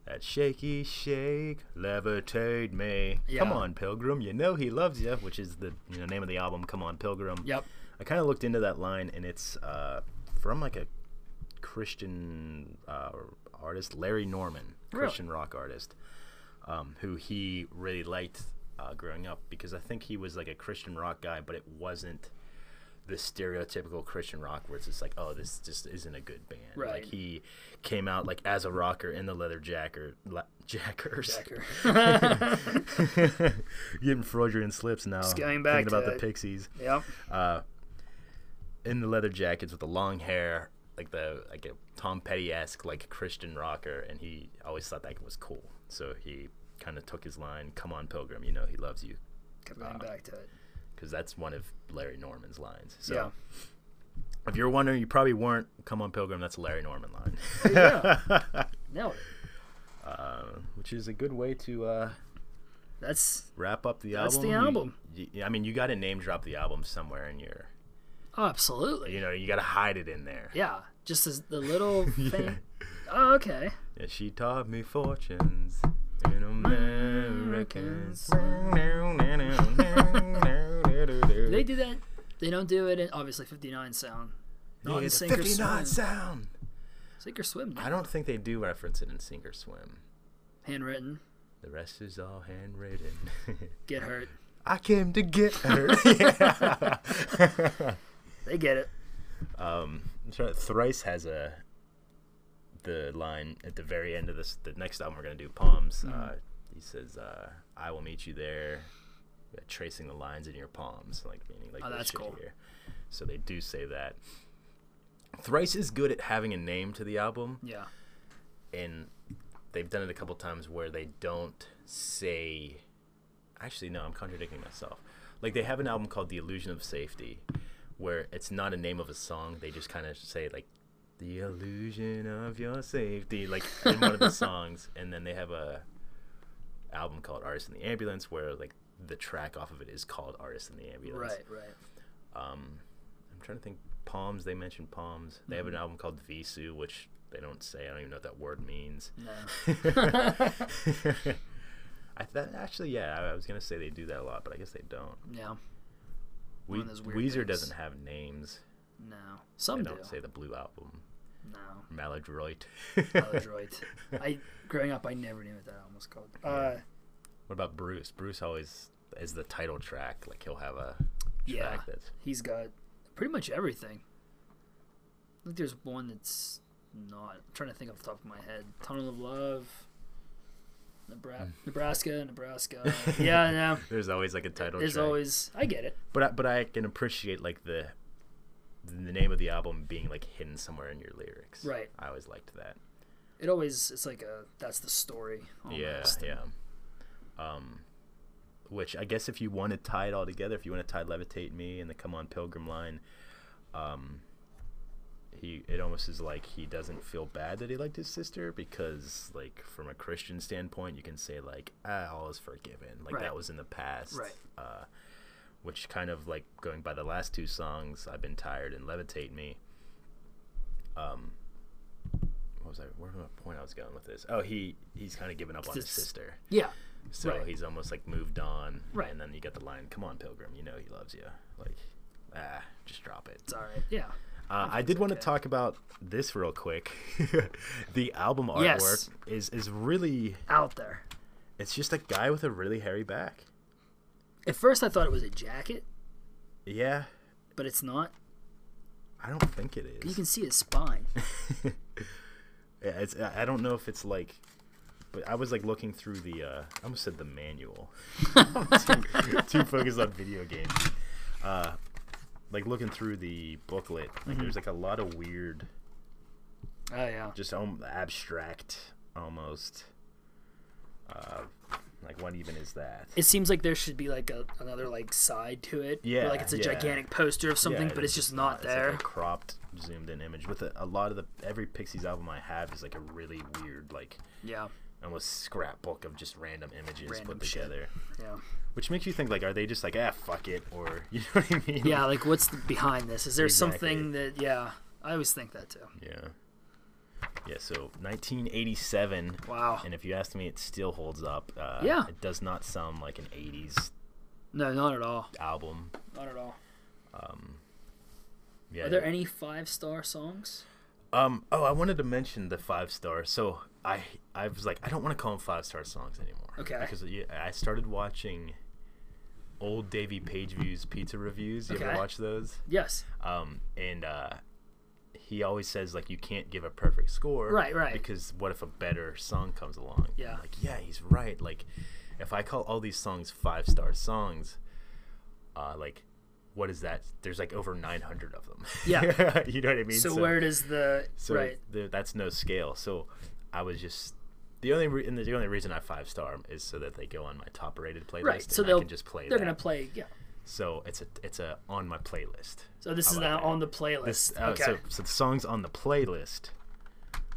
S1: that shaky shake levitate me. Come
S2: Yeah.
S1: on, pilgrim, you know he loves you, which is the you know name of the album. Come on, pilgrim.
S2: Yep.
S1: I kind of looked into that line, and it's uh, from like a Christian uh, artist, Larry Norman,
S2: Really?
S1: Christian rock artist, um, who he really liked uh, growing up because I think he was like a Christian rock guy, but it wasn't the stereotypical Christian rock where it's just like, oh, this just isn't a good band.
S2: Right.
S1: Like he came out like as a rocker in the leather jacker, la- jackers,
S2: Jacker.
S1: getting Freudian slips now.
S2: going back
S1: thinking about
S2: to
S1: the
S2: it.
S1: Pixies
S2: Yep.
S1: in the leather jackets with the long hair, like the like a Tom Petty esque like Christian rocker, and he always thought that was cool. So he kind of took his line, "Come on, Pilgrim, you know he loves you,"
S2: Kept going back to it.
S1: because that's one of Larry Norman's lines. So
S2: Yeah.
S1: if you're wondering, you probably weren't "Come on, Pilgrim." That's a Larry Norman line,
S2: No.
S1: which is a good way to uh,
S2: That's
S1: wrap up the
S2: That's
S1: album.
S2: the album.
S1: You- you- I mean, you got to name drop the album somewhere in your
S2: Oh, absolutely.
S1: You know, you got to hide it in there.
S2: Yeah, just as the little thing. Oh, okay.
S1: Yeah, she taught me fortunes in American. Do
S2: Do they do that? They don't do it in obviously 59 sound. Not in sink or swim.
S1: sound.
S2: Sink or swim.
S1: I don't think they do reference it in Sink or Swim.
S2: Handwritten.
S1: The rest is all handwritten.
S2: Get hurt.
S1: I came to get her.
S2: They get it.
S1: I'm trying- Thrice has a the line at the very end of this. The next album we're gonna do, Palms. Uh, he says, uh, "I will meet you there, uh, tracing the lines in your palms." Like meaning, like
S2: Oh,
S1: this
S2: that's
S1: shit
S2: cool.
S1: here. So they do say that. Thrice is good at having a name to the album,
S2: Yeah.
S1: and they've done it a couple times where they don't say. Actually, no, I'm contradicting myself. Like they have an album called "The Illusion of Safety," where it's not a name of a song. They just kind of say like "The Illusion of Your Safety," like in one of the songs, and then they have a album called "Artist in the Ambulance," where like the track off of it is called "Artist in the Ambulance." Um,
S2: Right. Right.
S1: I'm trying to think. Palms. They mentioned palms. They have an album called "Visu," which they don't say. I don't even know what that word means.
S2: No.
S1: I th- actually, yeah, I, I was gonna say they do that a lot, but I guess they don't.
S2: No.
S1: We-
S2: of those weird
S1: Weezer
S2: things.
S1: doesn't have names.
S2: No. Some
S1: They
S2: do.
S1: don't say the Blue Album,
S2: No.
S1: Maladroit.
S2: Maladroit. I growing up, I never knew what that album was called. Uh,
S1: what about Bruce? Bruce always is the title track. Like he'll have a track
S2: yeah,
S1: that's
S2: he's got pretty much everything. I think there's one that's not. I'm trying to think off the top of my head. Tunnel of Love,
S1: Hmm.
S2: Nebraska, Nebraska, Nebraska. yeah, no.
S1: there's always like a title.
S2: There's
S1: track.
S2: always. I get it.
S1: but I, but I can appreciate like the the name of the album being like hidden somewhere in your lyrics.
S2: Right.
S1: I always liked that.
S2: It always. It's like a. That's the story.
S1: Yeah,
S2: Almost.
S1: yeah. Um, which I guess if you want to tie it all together, if you want to tie "Levitate Me" and the "Come On Pilgrim" line, um, he it almost is like he doesn't feel bad that he liked his sister because, like, from a Christian standpoint, you can say like, ah, all is forgiven. Like
S2: Right.
S1: that was in the past.
S2: Right.
S1: Uh, which kind of like going by the last two songs, "I've Been Tired" and "Levitate Me." What was I? Where was my point I was going with this? Oh, he he's kind of given up on his
S2: This-
S1: sister.
S2: Yeah.
S1: So
S2: Right.
S1: he's almost like moved on.
S2: Right.
S1: And then you got the line, "Come on, Pilgrim, you know he loves you." Like, ah, just drop it.
S2: It's all right. Yeah.
S1: Uh, I did want to
S2: okay.
S1: talk about this real quick. the album artwork
S2: Yes.
S1: is is really
S2: Out there.
S1: it's just a guy with a really hairy back.
S2: At first, I thought it was a jacket,
S1: Yeah,
S2: but it's not.
S1: I don't think it
S2: You
S1: is.
S2: can see his spine.
S1: Yeah, It's I I don't know if it's like. But I was like looking through the, uh, I almost said the manual. too, too focused on video games. Uh, like looking through the booklet,
S2: Mm-hmm.
S1: like there's like a lot of weird
S2: Oh yeah.
S1: just um, abstract almost. Uh, like what even is that?
S2: it seems like there should be like a, another like side to it. where,
S1: Yeah,
S2: like it's a
S1: yeah.
S2: gigantic poster of something,
S1: Yeah,
S2: but it's just not
S1: it's like a
S2: there.
S1: cropped, zoomed in image with a, a lot of the every Pixies album I have is like a really weird, like
S2: yeah,
S1: almost scrapbook of just random images
S2: Random
S1: put
S2: shit.
S1: together,
S2: yeah,
S1: which makes you think like, are they just like ah fuck it, or you know what I mean?
S2: yeah. Like, what's the, behind this? Is there something
S1: Exactly.
S2: that? Yeah, I always think that too.
S1: yeah, yeah. So 1987.
S2: Wow.
S1: And if you asked me, it still holds up. Uh,
S2: Yeah.
S1: It does not sound like an 80s
S2: No, not at all.
S1: album.
S2: Not at all.
S1: Yeah.
S2: Are there any five star songs?
S1: Um. Oh, I wanted to mention the five star. So I, I was like, I don't want to call them five star songs anymore.
S2: Okay.
S1: Because you- I started watching old Davy Pageview's pizza reviews. You
S2: Okay.
S1: ever watch those?
S2: Yes.
S1: Um. And uh, he always says like, you can't give a perfect score.
S2: Right, right.
S1: Because what if a better song comes along? And
S2: Yeah.
S1: I'm like yeah, he's right. Like, if I call all these songs five star songs, uh, like. What is that? There's like over 900 of them.
S2: Yeah.
S1: you know what I mean?
S2: So, where does the
S1: So
S2: right?
S1: there- that's no scale. So I was just the only re- and the only reason I five star 'em is so that they go on my top rated playlist.
S2: Right. So
S1: and I
S2: they'll
S1: can just play.
S2: They're
S1: that.
S2: gonna play. Yeah.
S1: So it's a it's a on my playlist.
S2: So this
S1: I
S2: is
S1: like
S2: now
S1: that.
S2: on the playlist.
S1: This, oh,
S2: okay.
S1: so, so the songs on the playlist.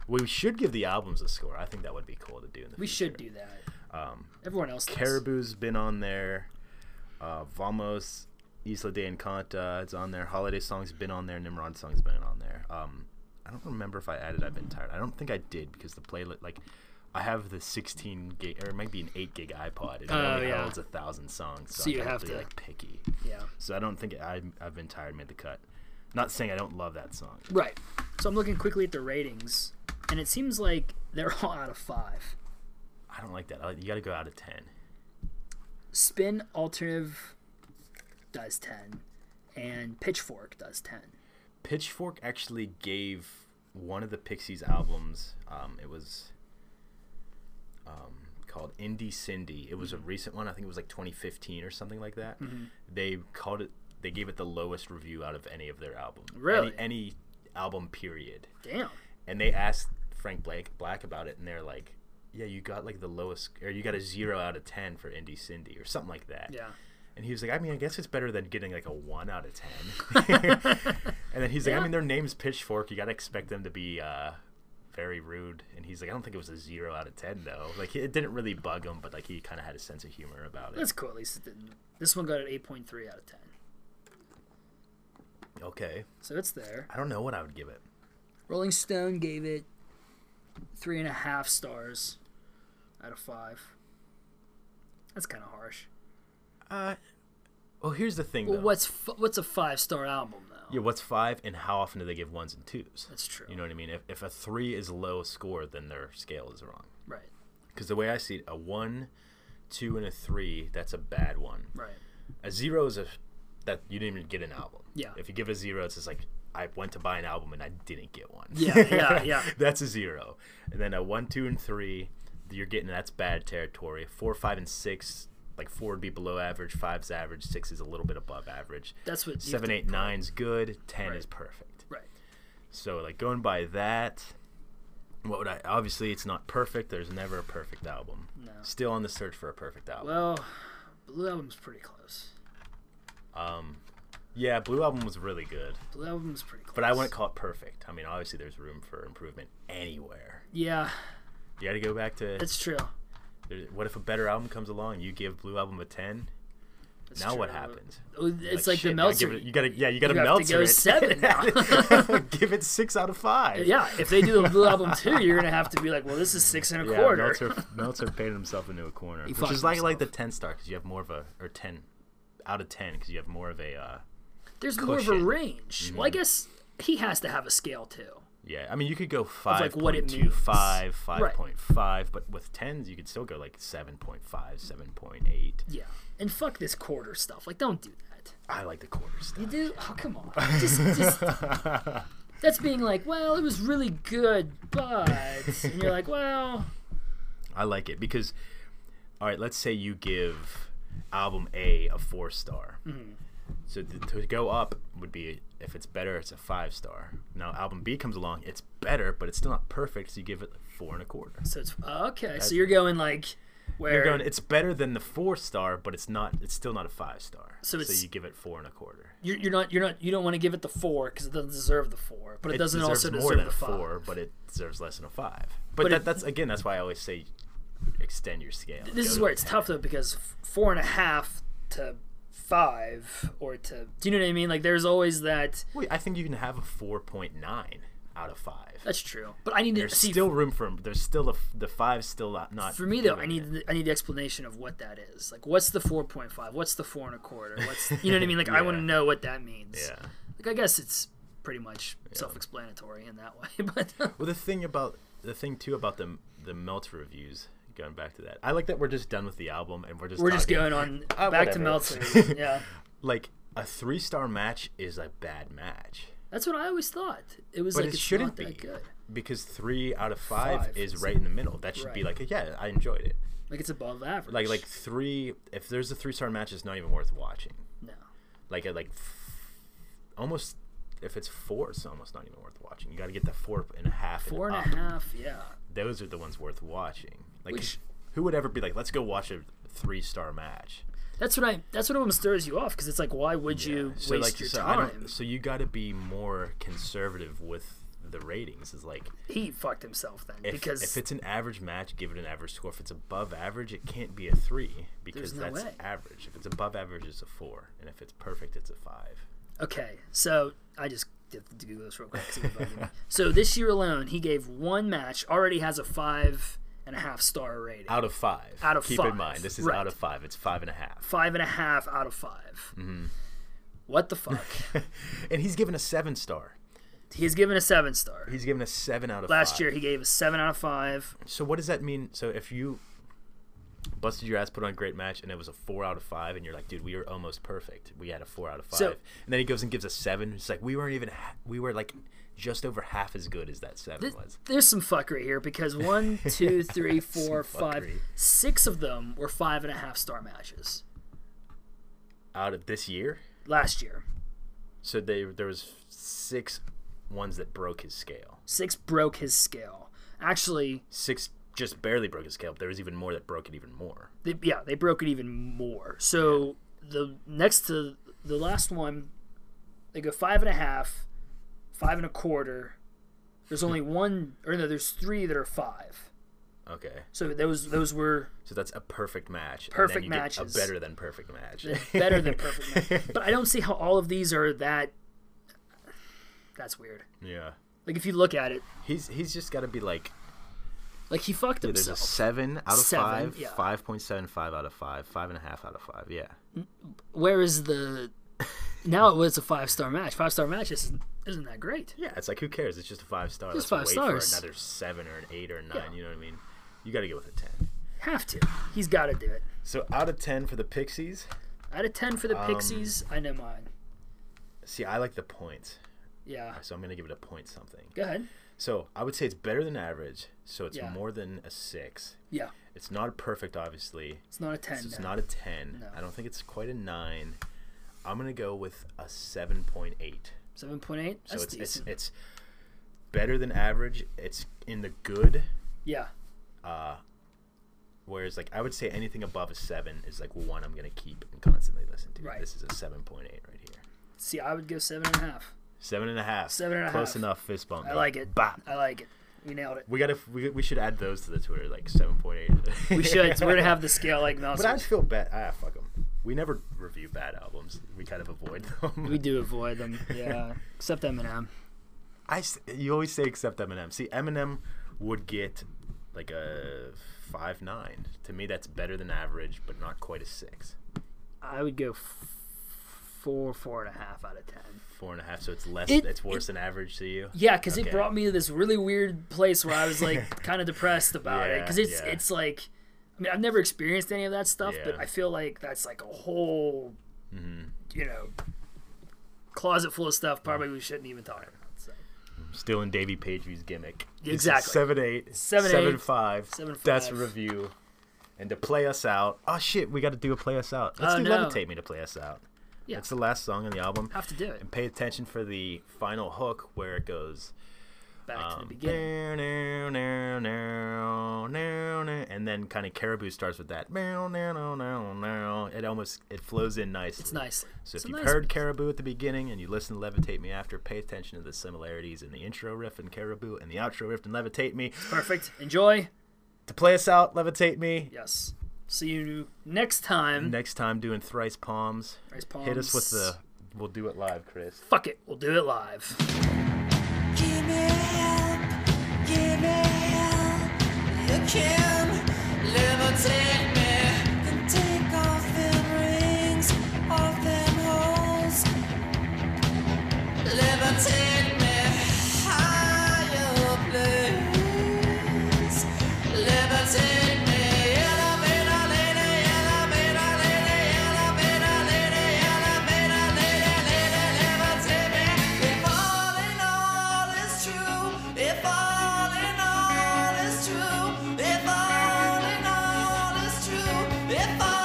S1: We should give the albums a score. I think that would be cool to do. In the
S2: we
S1: future.
S2: should do that. Um, Everyone else. does.
S1: Caribou's been on there. Uh, Vamos Isla de Encanta. It's on there. Holiday song's been on there. Nimrod song's been on there. Um, I don't remember if I added I've Been Tired. I don't think I did because the playlist, like, I have the 16 gig, or it might be an 8 gig iPod. and It
S2: Oh,
S1: only
S2: yeah.
S1: holds a thousand songs. So,
S2: So
S1: I
S2: you
S1: gotta
S2: have
S1: be,
S2: to-
S1: like, picky.
S2: Yeah.
S1: So I don't think I, I've Been Tired made the cut. Not saying I don't love that song.
S2: Right. So I'm looking quickly at the ratings, and it seems like they're all out of five.
S1: I don't like that. I, you gotta go out of 10.
S2: Spin Alternative does 10, and Pitchfork does 10.
S1: Pitchfork actually gave one of the Pixies albums. Um, it was um, called Indie Cindy. It was
S2: Mm-hmm.
S1: a recent one. I think it was like 2015 or something like that. They called it. They gave it the lowest review out of any of their albums.
S2: Really?
S1: Any, any album period.
S2: Damn.
S1: And they asked Frank Blake Black about it, and they're like, "Yeah, you got like the lowest, or you got a zero out of ten for Indie Cindy, or something like that."
S2: Yeah.
S1: And he was like, I mean, I guess it's better than getting like a one out of ten. and then he's like,
S2: Yeah.
S1: I mean, their name's Pitchfork. You gotta expect them to be uh, very rude. And he's like, I don't think it was a zero out of ten though. Like it didn't really bug him, but like he kind of had a sense of humor about it.
S2: That's cool. At least it didn't. This one got an 8.3 out of 10.
S1: okay,
S2: So it's there.
S1: I don't know what I would give it.
S2: Rolling Stone gave it three and a half stars out of five. That's kind of harsh.
S1: Uh, well, here's the thing
S2: Well,
S1: though.
S2: what's f- what's a five star album though?
S1: yeah, what's five, and how often do they give ones and twos?
S2: That's true.
S1: You know what I mean? If, if a three is low score, then their scale is wrong.
S2: Right.
S1: Because the way I see it, a one, two, and a three, that's a bad one.
S2: Right.
S1: a zero is a that you didn't even get an album.
S2: Yeah.
S1: If you give a zero, it's just like I went to buy an album and I didn't get one.
S2: Yeah, yeah, yeah.
S1: that's a zero. And then a one, two, and three, you're getting that's bad territory. Four, five, and six, like four would be below average, five's average, six is a little bit above average.
S2: That's what you
S1: seven,
S2: have to
S1: eight, nine's good, ten
S2: Right.
S1: is perfect.
S2: Right.
S1: So like going by that, what would I? Obviously, it's not perfect. There's never a perfect album.
S2: No.
S1: Still on the search for a perfect album.
S2: Well, Blue Album's pretty close.
S1: Um, yeah, Blue Album was really good,
S2: Blue Album's pretty close.
S1: but I wouldn't call it perfect. I mean, obviously, there's room for improvement anywhere.
S2: Yeah,
S1: You got to go back to
S2: that's true.
S1: there- what if a better album comes along? You give Blue Album a ten.
S2: That's
S1: now what
S2: true.
S1: happens?
S2: Oh, It's like,
S1: shit,
S2: the
S1: now give
S2: Meltzer.
S1: it- you gotta, yeah, you gotta
S2: you have to
S1: Meltzer
S2: go
S1: it.
S2: seven now.
S1: give it six out of five.
S2: yeah, if they do the Blue Album too, you're gonna have to be like, well, this is six and a
S1: Yeah,
S2: quarter.
S1: Meltzer, Meltzer painted himself into a corner, which
S2: fucked
S1: is like like the ten star because you have more of a or ten out of ten because you have more of a uh,
S2: There's more of a
S1: cushion. Mm-hmm.
S2: range. Well, I guess he has to have a scale too.
S1: yeah. I mean, you could go
S2: like,
S1: five
S2: what it
S1: point two
S2: means.
S1: five,
S2: Right.
S1: five point five, but with tens you could still go like 7.5, 7.8.
S2: Yeah, and fuck this quarter stuff. Like, don't do that.
S1: I like the quarter stuff.
S2: You do? Oh, come on. Just, just. That's being like, well, it was really good, but and you're like, well,
S1: I like it because, all right, let's say you give album A a four star.
S2: Mm-hmm.
S1: So th- to go up would be if it's better, it's a five star. Now album B comes along, it's better, but it's still not perfect. So you give it four and a quarter.
S2: so it's okay. so you're going like where
S1: You're going, it's better than the four star, but it's not. It's still not a five star.
S2: So
S1: So,
S2: it's-
S1: you give it four and a quarter.
S2: you're, you're not you're not you don't want to give it the four because it doesn't deserve the four, but it, doesn't
S1: deserves
S2: also
S1: more
S2: deserve
S1: than
S2: the
S1: a
S2: five.
S1: four, but it deserves less than a five. But,
S2: But
S1: that,
S2: it-
S1: that's again, that's why I always say extend your scale.
S2: This
S1: Go
S2: is
S1: to
S2: where
S1: a
S2: it's
S1: 10.
S2: tough though because f- four and a half to five or to do you know what I mean? Like there's always that.
S1: Wait, I think you can have a 4.9 out of 5.
S2: That's true, but I need to
S1: There's
S2: Uh, see
S1: still room for there's still a, the 5 still not, not
S2: for me though.
S1: doing
S2: I need
S1: it.
S2: the, I need the explanation of what that is. Like what's the four point five? What's the four and a quarter? What's you know what I mean? Like I want to
S1: Yeah.
S2: know what that means.
S1: Yeah.
S2: Like I guess it's pretty much self-explanatory in that way, but
S1: Well, the thing about the thing too about the the melt reviews going back to that. I like that we're just done with the album and we're just
S2: we're just
S1: talking-
S2: going on
S1: Uh,
S2: back to
S1: whatever.
S2: Meltzer. yeah.
S1: like a 3-star match is a bad match.
S2: That's what I always thought. It was
S1: But
S2: like
S1: it
S2: it's
S1: shouldn't
S2: not that
S1: be
S2: good.
S1: because 3 out of 5,
S2: Five
S1: is
S2: is-
S1: right in the middle. That should be
S2: Right.
S1: like, yeah, I enjoyed it.
S2: Like it's above average.
S1: Like like 3 if there's a 3-star match it's not even worth watching.
S2: no.
S1: like at like f- almost if it's four, it's almost not even worth watching. You got to get the four and a half.
S2: Four and
S1: up.
S2: a half, yeah.
S1: Those are the ones worth watching. Like
S2: Which-
S1: who would ever be like, let's go watch a three star match?
S2: That's what I. That's what almost stirs you off because it's like, why would you
S1: so
S2: waste
S1: like
S2: your
S1: so I
S2: time?
S1: don't, so you got to be more conservative with the ratings is like
S2: He fucked himself then
S1: if,
S2: because
S1: if it's an average match, give it an average score. If it's above average, it can't be a three because
S2: There's no
S1: that's
S2: way.
S1: average. If it's above average, it's a four, and if it's perfect, it's a five.
S2: Okay, so I just have to Google this real quick. 'cause it bugged me. so this year alone, he gave one match already has a five and a half star rating.
S1: Out of five.
S2: Out of
S1: Keep
S2: five,
S1: in mind, this is
S2: right.
S1: out of five. It's five and a half.
S2: Five and a half out of 5
S1: Mm-hmm.
S2: What the fuck?
S1: And he's given a seven star.
S2: He's given a seven star.
S1: He's given a seven out of
S2: Last
S1: five.
S2: year he gave a seven out of five.
S1: So what does that mean? So if you busted your ass, put on a great match, and it was a four out of five, and you're like, dude, we were almost perfect. We had a four out of five,
S2: So-
S1: and then he goes and gives a seven. It's like we weren't even. ha- We were like just over half as good as that seven was.
S2: There's some fuckery here because one, two, three, four,
S1: Some
S2: five,
S1: fuckery.
S2: six of them were five and a half star matches
S1: Out of this year,
S2: last year.
S1: so they there was six ones that broke his scale.
S2: Six broke his scale. Actually,
S1: Six just barely broke his scale. But there was even more that broke it even more.
S2: they, yeah, they broke it even more. So the next to the last one, they go five and a half, five and a quarter. There's only one, or no, there's three that are five.
S1: Okay,
S2: So those those were
S1: so that's a perfect match.
S2: Perfect
S1: and then you get
S2: matches.
S1: a better than perfect match.
S2: better than perfect. match. But I don't see how all of these are that. That's weird.
S1: yeah,
S2: Like if you look at it,
S1: he's he's just got to be like.
S2: like he fucked
S1: Yeah, there's a
S2: himself.
S1: seven out of
S2: Seven,
S1: five,
S2: yeah.
S1: five point seven five out of five, five and a half out of five. Yeah,
S2: Where is the? Now it was a five star match. Five star match isn't isn't that great.
S1: yeah. It's like who cares? It's just a five star.
S2: Just
S1: Let's
S2: five
S1: wait
S2: stars.
S1: For another seven or an eight or a nine.
S2: Yeah.
S1: You know what I mean? You got to go with a ten.
S2: Have to. He's got to do it.
S1: So out of ten for the Pixies.
S2: Out of ten for the Pixies, I know mine.
S1: See, I like the points,
S2: Yeah.
S1: so I'm gonna give it a point something.
S2: Go ahead.
S1: So I would say it's better than average. So it's
S2: Yeah.
S1: more than a six.
S2: Yeah.
S1: It's not perfect, obviously.
S2: It's not a ten.
S1: So it's
S2: no.
S1: not a ten.
S2: No.
S1: I don't think it's quite a nine. I'm gonna go with a seven point eight.
S2: Seven point eight.
S1: So
S2: That's
S1: it's, it's
S2: decent.
S1: it's better than average. It's in the good.
S2: yeah.
S1: Whereas like I would say anything above a seven is like one I'm gonna keep and constantly listen to.
S2: Right.
S1: This is a seven point eight right here.
S2: See, I would go seven and a half.
S1: Seven and a half.
S2: Seven and a
S1: Close
S2: half.
S1: enough. Fist bump.
S2: I like it.
S1: Bop.
S2: I like it. We nailed it.
S1: We gotta. We, we should add those to the Twitter like seven point eight.
S2: We should. so we're gonna have the scale like Mouse.
S1: But I just feel bad. Ah, fuck them. We never review bad albums. We kind of avoid them.
S2: We do avoid them. Yeah. Except Eminem.
S1: I s- you always say except Eminem. See, Eminem would get like a five nine. To me, that's better than average, but not quite a six.
S2: I would go f- four, four and a half out of ten.
S1: Four and a half, so it's less.
S2: It-
S1: it's worse than average to you.
S2: Yeah, because
S1: Okay.
S2: it brought me to this really weird place where I was like kind of depressed about it.
S1: Yeah,
S2: 'Cause it. Because it's
S1: yeah.
S2: it's like, I mean, I've never experienced any of that stuff, but
S1: Yeah. Mm-hmm.
S2: I feel like that's like a whole, you know, closet full of stuff. Probably we shouldn't even talk about. So.
S1: Still in Davy Page's gimmick. This is
S2: Exactly.
S1: Seven eight.
S2: Seven
S1: seven
S2: eight,
S1: five.
S2: seven
S1: That's
S2: five.
S1: review. And to play us out. Oh shit, we got to do a play us out. Let's
S2: Oh,
S1: do
S2: no.
S1: levitate me to play us out.
S2: Yeah.
S1: It's the last song on the album.
S2: Have to do it.
S1: And pay attention for the final hook where it goes.
S2: Back to the
S1: Um,
S2: beginning.
S1: "Meow, meow, meow, meow, meow," And then kind of Caribou starts with that. meow, meow, meow, meow, meow. It almost it flows in nicely.
S2: It's nicely.
S1: So if
S2: It's a
S1: you've
S2: nice
S1: heard
S2: mix.
S1: Caribou at the beginning and you listen to Levitate Me after, pay attention to the similarities in the intro riff and Caribou and the outro riff and Levitate Me.
S2: perfect. Enjoy.
S1: To play us out, Levitate Me.
S2: Yes. See you next time.
S1: Next time doing Thrice Palms.
S2: Thrice
S1: Hit us with
S2: Palms.
S1: the. We'll do it live, Chris.
S2: Fuck it. We'll do it live.
S3: Give me help, give me help. You can levitate me. Then take off them rings, off them holes. Levitate me higher, please. Levitate me. Elevator lady, elevator lady, elevator lady, elevator lady, lady, levitate me. If all in all is true, if all in all is true, if all in all is true.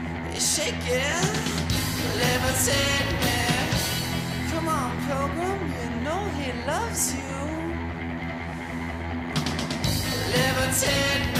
S3: naked, levitate me. Come on, pilgrim, you know he loves you. Levitate